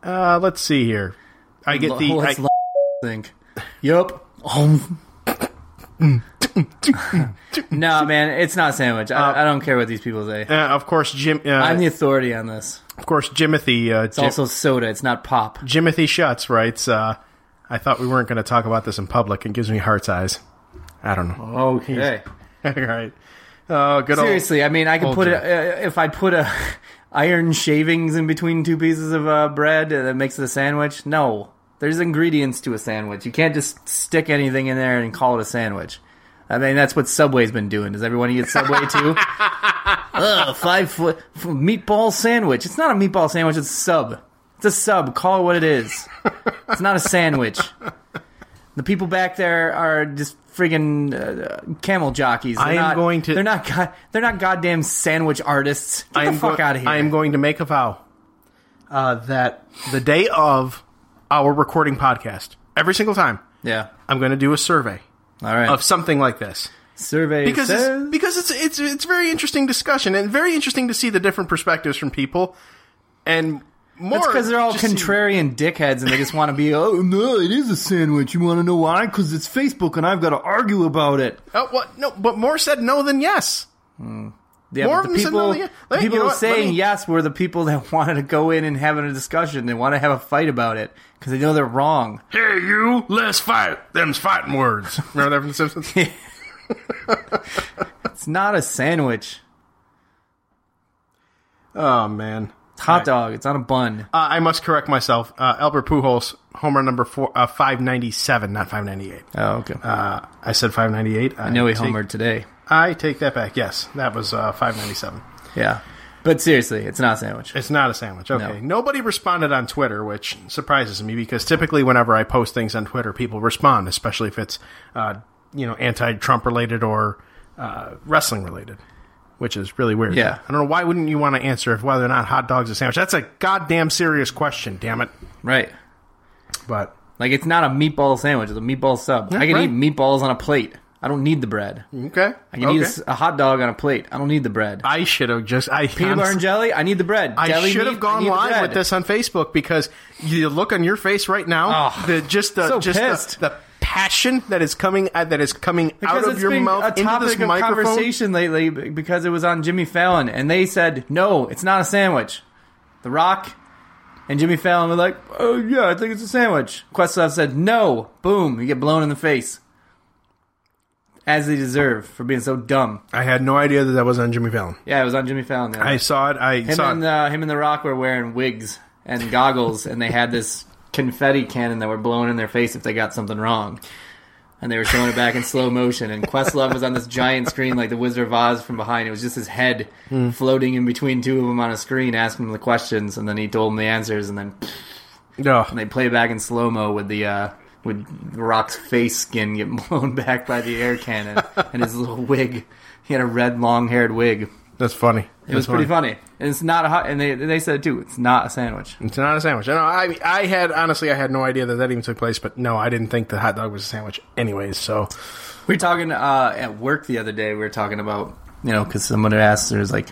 Speaker 3: Uh, let's see here. I get the.
Speaker 6: Let's
Speaker 3: I-
Speaker 6: l- think. Yup. Um. no, man, it's not a sandwich. I, I don't care what these people say.
Speaker 3: uh, of course, Jim. Uh,
Speaker 6: I'm the authority on this.
Speaker 3: of course, Jimothy. Uh,
Speaker 6: It's also soda. It's not pop.
Speaker 3: Jim- Jimothy Schutz writes. Uh, I thought we weren't going to talk about this in public. It gives me heart's eyes. I don't know.
Speaker 6: Okay.
Speaker 3: all right. Uh, good old-
Speaker 6: Oh. Seriously, I mean, I could
Speaker 3: old
Speaker 6: put
Speaker 3: Jim.
Speaker 6: it uh, if I put a iron shavings in between two pieces of uh, bread uh, that makes it a sandwich. No, there's ingredients to a sandwich. You can't just stick anything in there and call it a sandwich. I mean, that's what Subway's been doing. Does everyone eat Subway too? Ugh, five foot f- meatball sandwich. It's not a meatball sandwich. It's a sub. It's a sub. Call it what it is. It's not a sandwich. The people back there are just friggin' uh, camel jockeys. They're
Speaker 3: I am
Speaker 6: not-
Speaker 3: going to-
Speaker 6: They're not. God, they're not goddamn sandwich artists. Get the fuck
Speaker 3: go-
Speaker 6: out of here.
Speaker 3: I am going to make a vow uh, that the day of our recording podcast, every single time,
Speaker 6: yeah.
Speaker 3: I'm going to do a survey
Speaker 6: All right.
Speaker 3: of something like this
Speaker 6: Survey
Speaker 3: because
Speaker 6: says
Speaker 3: it's, because it's it's it's very interesting discussion and very interesting to see the different perspectives from people and more
Speaker 6: That's because they're all
Speaker 3: just see-
Speaker 6: contrarian dickheads and they just want to be, oh, no, it is a sandwich. You want to know why? Because it's Facebook and I've got to argue about it.
Speaker 3: Oh, what? No, but more said no than yes.
Speaker 6: Yeah,
Speaker 3: More of
Speaker 6: but the
Speaker 3: 'em said
Speaker 6: people,
Speaker 3: no, yeah. Let-
Speaker 6: the people
Speaker 3: you know
Speaker 6: who
Speaker 3: what, let
Speaker 6: saying
Speaker 3: me-
Speaker 6: yes were the people that wanted to go in and have a discussion. They want to have a fight about it because they know they're wrong.
Speaker 3: Hey, you, let's fight. Them's fighting words. Remember that from The Simpsons?
Speaker 6: It's not a sandwich.
Speaker 3: oh man.
Speaker 6: It's hot dog. It's on a bun.
Speaker 3: Uh, I must correct myself. Uh, Albert Pujols, homer number four, uh, 597, not 598.
Speaker 6: Oh, okay.
Speaker 3: Uh, I said 598. I,
Speaker 6: I know he
Speaker 3: take-
Speaker 6: homered today.
Speaker 3: I take that back. Yes, that was uh, 597.
Speaker 6: Yeah. But seriously, it's not a sandwich.
Speaker 3: It's not a sandwich. Okay. Nobody responded on Twitter, which surprises me because typically whenever I post things on Twitter, people respond, especially if it's uh, you know anti-Trump related or uh, wrestling related, which is really weird.
Speaker 6: Yeah.
Speaker 3: I don't know why wouldn't you want to answer if whether or not hot dogs a sandwich. That's a goddamn serious question. Damn it.
Speaker 6: Right.
Speaker 3: But
Speaker 6: Like, it's not a meatball sandwich. It's a meatball sub. I can
Speaker 3: right.
Speaker 6: eat meatballs on a plate. I don't need the bread.
Speaker 3: okay.
Speaker 6: I can eat a s- a, hot dog on a plate. I don't need the bread.
Speaker 3: I should have just I
Speaker 6: Peanut butter
Speaker 3: honest-
Speaker 6: and jelly. I need the bread.
Speaker 3: I
Speaker 6: Deli
Speaker 3: should
Speaker 6: meat,
Speaker 3: have
Speaker 6: I
Speaker 3: gone
Speaker 6: need the
Speaker 3: live
Speaker 6: bread.
Speaker 3: with this on Facebook because you look on your face right now,
Speaker 6: Oh,
Speaker 3: the just the
Speaker 6: so
Speaker 3: just the,
Speaker 6: pissed.
Speaker 3: the passion that is coming uh, that is coming
Speaker 6: because
Speaker 3: out
Speaker 6: it's
Speaker 3: of your
Speaker 6: been
Speaker 3: mouth
Speaker 6: a
Speaker 3: into
Speaker 6: topic
Speaker 3: this
Speaker 6: of
Speaker 3: microphone.
Speaker 6: conversation lately b- because it was on Jimmy Fallon, and they said no, it's not a sandwich. The Rock and Jimmy Fallon were like, "Oh yeah, I think it's a sandwich." Questlove said no. Boom, you get blown in the face. as they deserve for being so dumb.
Speaker 3: I had no idea that that was on Jimmy Fallon.
Speaker 6: Yeah, it was on Jimmy Fallon. Yeah.
Speaker 3: I saw it. I
Speaker 6: him
Speaker 3: saw
Speaker 6: and
Speaker 3: it.
Speaker 6: uh, him and The Rock were wearing wigs and goggles, and they had this confetti cannon that were blown in their face if they got something wrong. And they were showing it back in slow motion. And Questlove was on this giant screen, like the Wizard of Oz from behind. It was just his head floating in between two of them on a screen, asking them the questions, and then he told them the answers, and then
Speaker 3: No.
Speaker 6: and they play back in slow mo with the uh, with The Rock's face skin getting blown back by the air cannon and his little wig. He had a red, long haired wig.
Speaker 3: That's funny.
Speaker 6: It was pretty funny, and it's not a hot. And they they said too, it's not a sandwich.
Speaker 3: It's not a sandwich. No, I I had honestly I had no idea that that even took place, but no, I didn't think the hot dog was a sandwich, anyways. So
Speaker 6: We were talking uh, at work the other day. We were talking about you know because someone had asked, "There's like,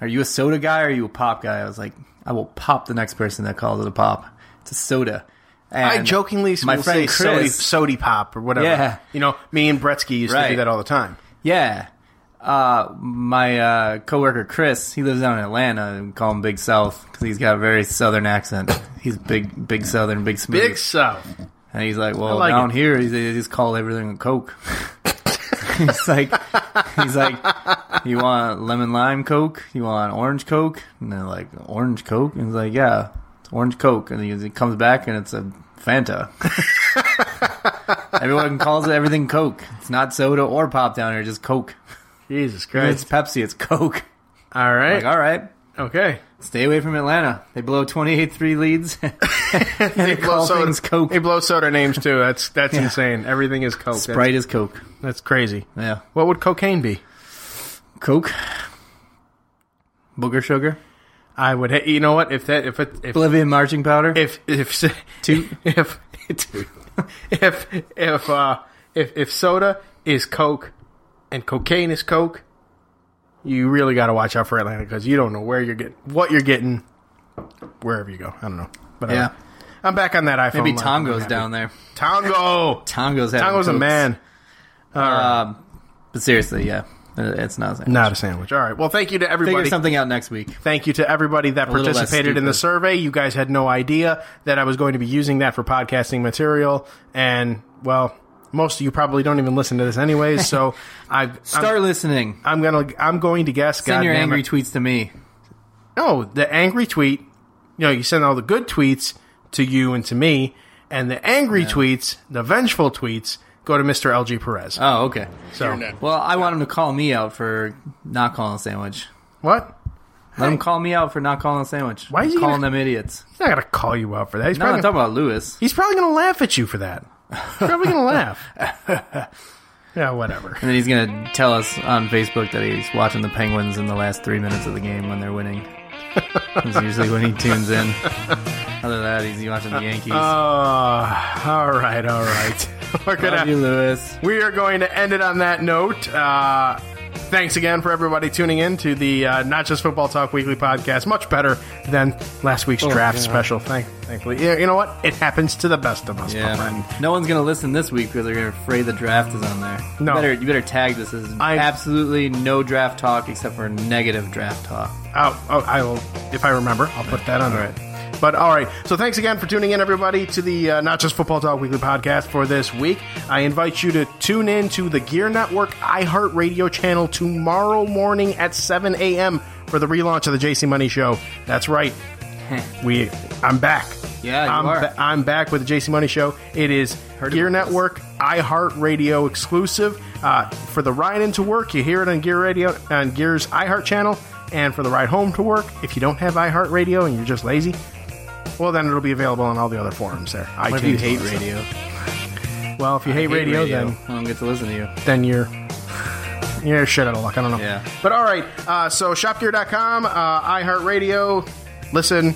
Speaker 6: are you a soda guy or are you a pop guy?" I was like, "I will pop the next person that calls it a pop. It's a soda." And
Speaker 3: I jokingly
Speaker 6: my
Speaker 3: will
Speaker 6: friend
Speaker 3: say sody,
Speaker 6: Chris,
Speaker 3: sody pop or whatever.
Speaker 6: Yeah.
Speaker 3: you know, me and Bretsky used to do
Speaker 6: Right.
Speaker 3: that all the time.
Speaker 6: Yeah. Uh, my uh, coworker Chris, he lives down in Atlanta. We call him Big South because he's got a very southern accent. He's big, big southern, big smooth.
Speaker 3: Big South.
Speaker 6: And he's like, well,
Speaker 3: like
Speaker 6: down
Speaker 3: it.
Speaker 6: here, they just call everything a Coke. he's like, he's like, you want lemon lime Coke? You want orange Coke? And they're like, orange Coke? And he's like, yeah, it's orange Coke. And he, he comes back and it's a Fanta. Everyone calls it everything Coke. It's not soda or pop down here, just Coke.
Speaker 3: Jesus
Speaker 6: It's
Speaker 3: Christ.
Speaker 6: Pepsi, it's Coke.
Speaker 3: All right.
Speaker 6: Like, all right,
Speaker 3: okay.
Speaker 6: stay away from Atlanta. They blow 28-3 leads. and they call things Coke.
Speaker 3: They blow soda names too. That's that's insane. Everything is Coke. That's-
Speaker 6: Sprite is Coke.
Speaker 3: That's, crazy.
Speaker 6: Yeah.
Speaker 3: What would cocaine be?
Speaker 6: Coke, booger sugar,
Speaker 3: I would. ha- You know what? If that if it if
Speaker 6: Bolivian marching powder.
Speaker 3: if if
Speaker 6: Toot.
Speaker 3: if if if uh, if if soda is coke and cocaine is coke, you really got to watch out for Atlanta because you don't know where you're getting what you're getting wherever you go. I don't know, but uh,
Speaker 6: yeah,
Speaker 3: I'm back on that iPhone.
Speaker 6: maybe
Speaker 3: line. I'm
Speaker 6: Tongo's
Speaker 3: happy.
Speaker 6: down there.
Speaker 3: Tongo,
Speaker 6: Tongo's having
Speaker 3: Tongo's a
Speaker 6: Cokes.
Speaker 3: man,
Speaker 6: Um, but seriously, yeah, uh, it's not. a sandwich.
Speaker 3: not a sandwich. All right. Well, thank you to
Speaker 6: Figure
Speaker 3: everybody.
Speaker 6: something out next week.
Speaker 3: Thank you to everybody that
Speaker 6: little less
Speaker 3: participated in the
Speaker 6: stupid.
Speaker 3: survey. You guys had no idea that I was going to be using that for podcasting material, and well, most of you probably don't even listen to this anyways. So I
Speaker 6: Start
Speaker 3: I'm,
Speaker 6: listening.
Speaker 3: I'm gonna I'm going to guess.
Speaker 6: Send
Speaker 3: God
Speaker 6: your
Speaker 3: damn
Speaker 6: angry
Speaker 3: it.
Speaker 6: tweets to me.
Speaker 3: No, the angry tweet. You know, you send all the good tweets to you and to me, and the angry tweets, the vengeful tweets, go to Mister LG Perez.
Speaker 6: Oh, okay.
Speaker 3: so
Speaker 6: Well, I want him to call me out for not calling a sandwich.
Speaker 3: what?
Speaker 6: Let him call me out for not calling a sandwich.
Speaker 3: Why is he
Speaker 6: calling
Speaker 3: gonna-
Speaker 6: them idiots?
Speaker 3: He's not gonna call you out for that. He's
Speaker 6: No, I'm
Speaker 3: probably
Speaker 6: talking about Lewis.
Speaker 3: He's probably going to laugh at you for that. He's probably going to laugh. yeah, whatever.
Speaker 6: And then he's gonna tell us on Facebook that he's watching the Penguins in the last three minutes of the game when they're winning. That's usually when he tunes in. Other than that, he's watching the Yankees.
Speaker 3: Oh, Uh, all right, all right. We're
Speaker 6: Love you,
Speaker 3: gonna,
Speaker 6: Lewis.
Speaker 3: we are going to end it on that note. Uh, thanks again for everybody tuning in to the uh, Not Just Football Talk Weekly podcast. Much better than last
Speaker 6: Oh,
Speaker 3: week's draft special. Thank, thankfully, Yeah, you know what? It happens to the best of us, my
Speaker 6: Yeah,
Speaker 3: friend.
Speaker 6: man. No one's gonna listen this week because they're afraid the draft is on there.
Speaker 3: No.
Speaker 6: You better, you better tag this as
Speaker 3: I-
Speaker 6: absolutely no draft talk except for negative draft talk.
Speaker 3: Oh, oh, I will if I remember. I'll put that on there. But all right, so thanks again for tuning in, everybody, to the uh, Not Just Football Talk Weekly podcast for this week. I invite you to tune in to the Gear Network iHeartRadio channel tomorrow morning at 7 a.m. for the relaunch of the JC Money Show. That's right, we I'm back.
Speaker 6: Yeah, you
Speaker 3: I'm,
Speaker 6: are.
Speaker 3: ba- I'm back with the JC Money Show. It is Gear Network, iHeartRadio exclusive. Uh, for the ride into work, you hear it on Gear Radio on Gear's iHeart channel, and for the ride home to work, if you don't have iHeartRadio and you're just lazy, well, then it'll be available on all the other forums there.
Speaker 6: What
Speaker 3: iTunes,
Speaker 6: if you hate
Speaker 3: all that
Speaker 6: radio?
Speaker 3: stuff. Well, if you hate, radio, then
Speaker 6: I don't get to listen to you.
Speaker 3: then you're you're shit out of luck. I don't know.
Speaker 6: Yeah.
Speaker 3: But all right. Uh, so shopgear.com, uh, iHeartRadio, listen,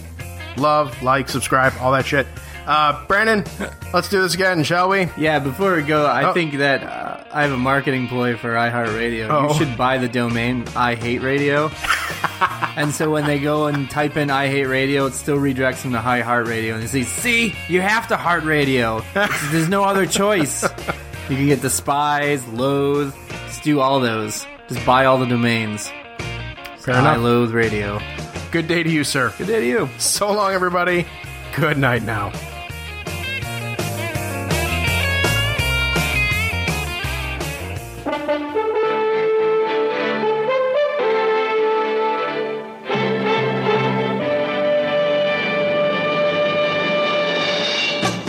Speaker 3: love, like, subscribe, all that shit. Uh, Brandon, let's do this again, shall we?
Speaker 6: Yeah, before we go, I
Speaker 3: Oh.
Speaker 6: think that uh, I have a marketing ploy for iHeartRadio.
Speaker 3: Oh.
Speaker 6: You should buy the domain I Hate Radio. and so when they go and type in I Hate Radio, it still redirects them to High Heart Radio. And they say, see, you have to Heart Radio. It's- There's no other choice. You can get Despise, Loathe, just do all those. Just buy all the domains.
Speaker 3: Fair
Speaker 6: I
Speaker 3: enough.
Speaker 6: Loathe Radio.
Speaker 3: Good day to you, sir.
Speaker 6: Good day to you.
Speaker 3: So long, everybody. Good night now.
Speaker 5: Bye.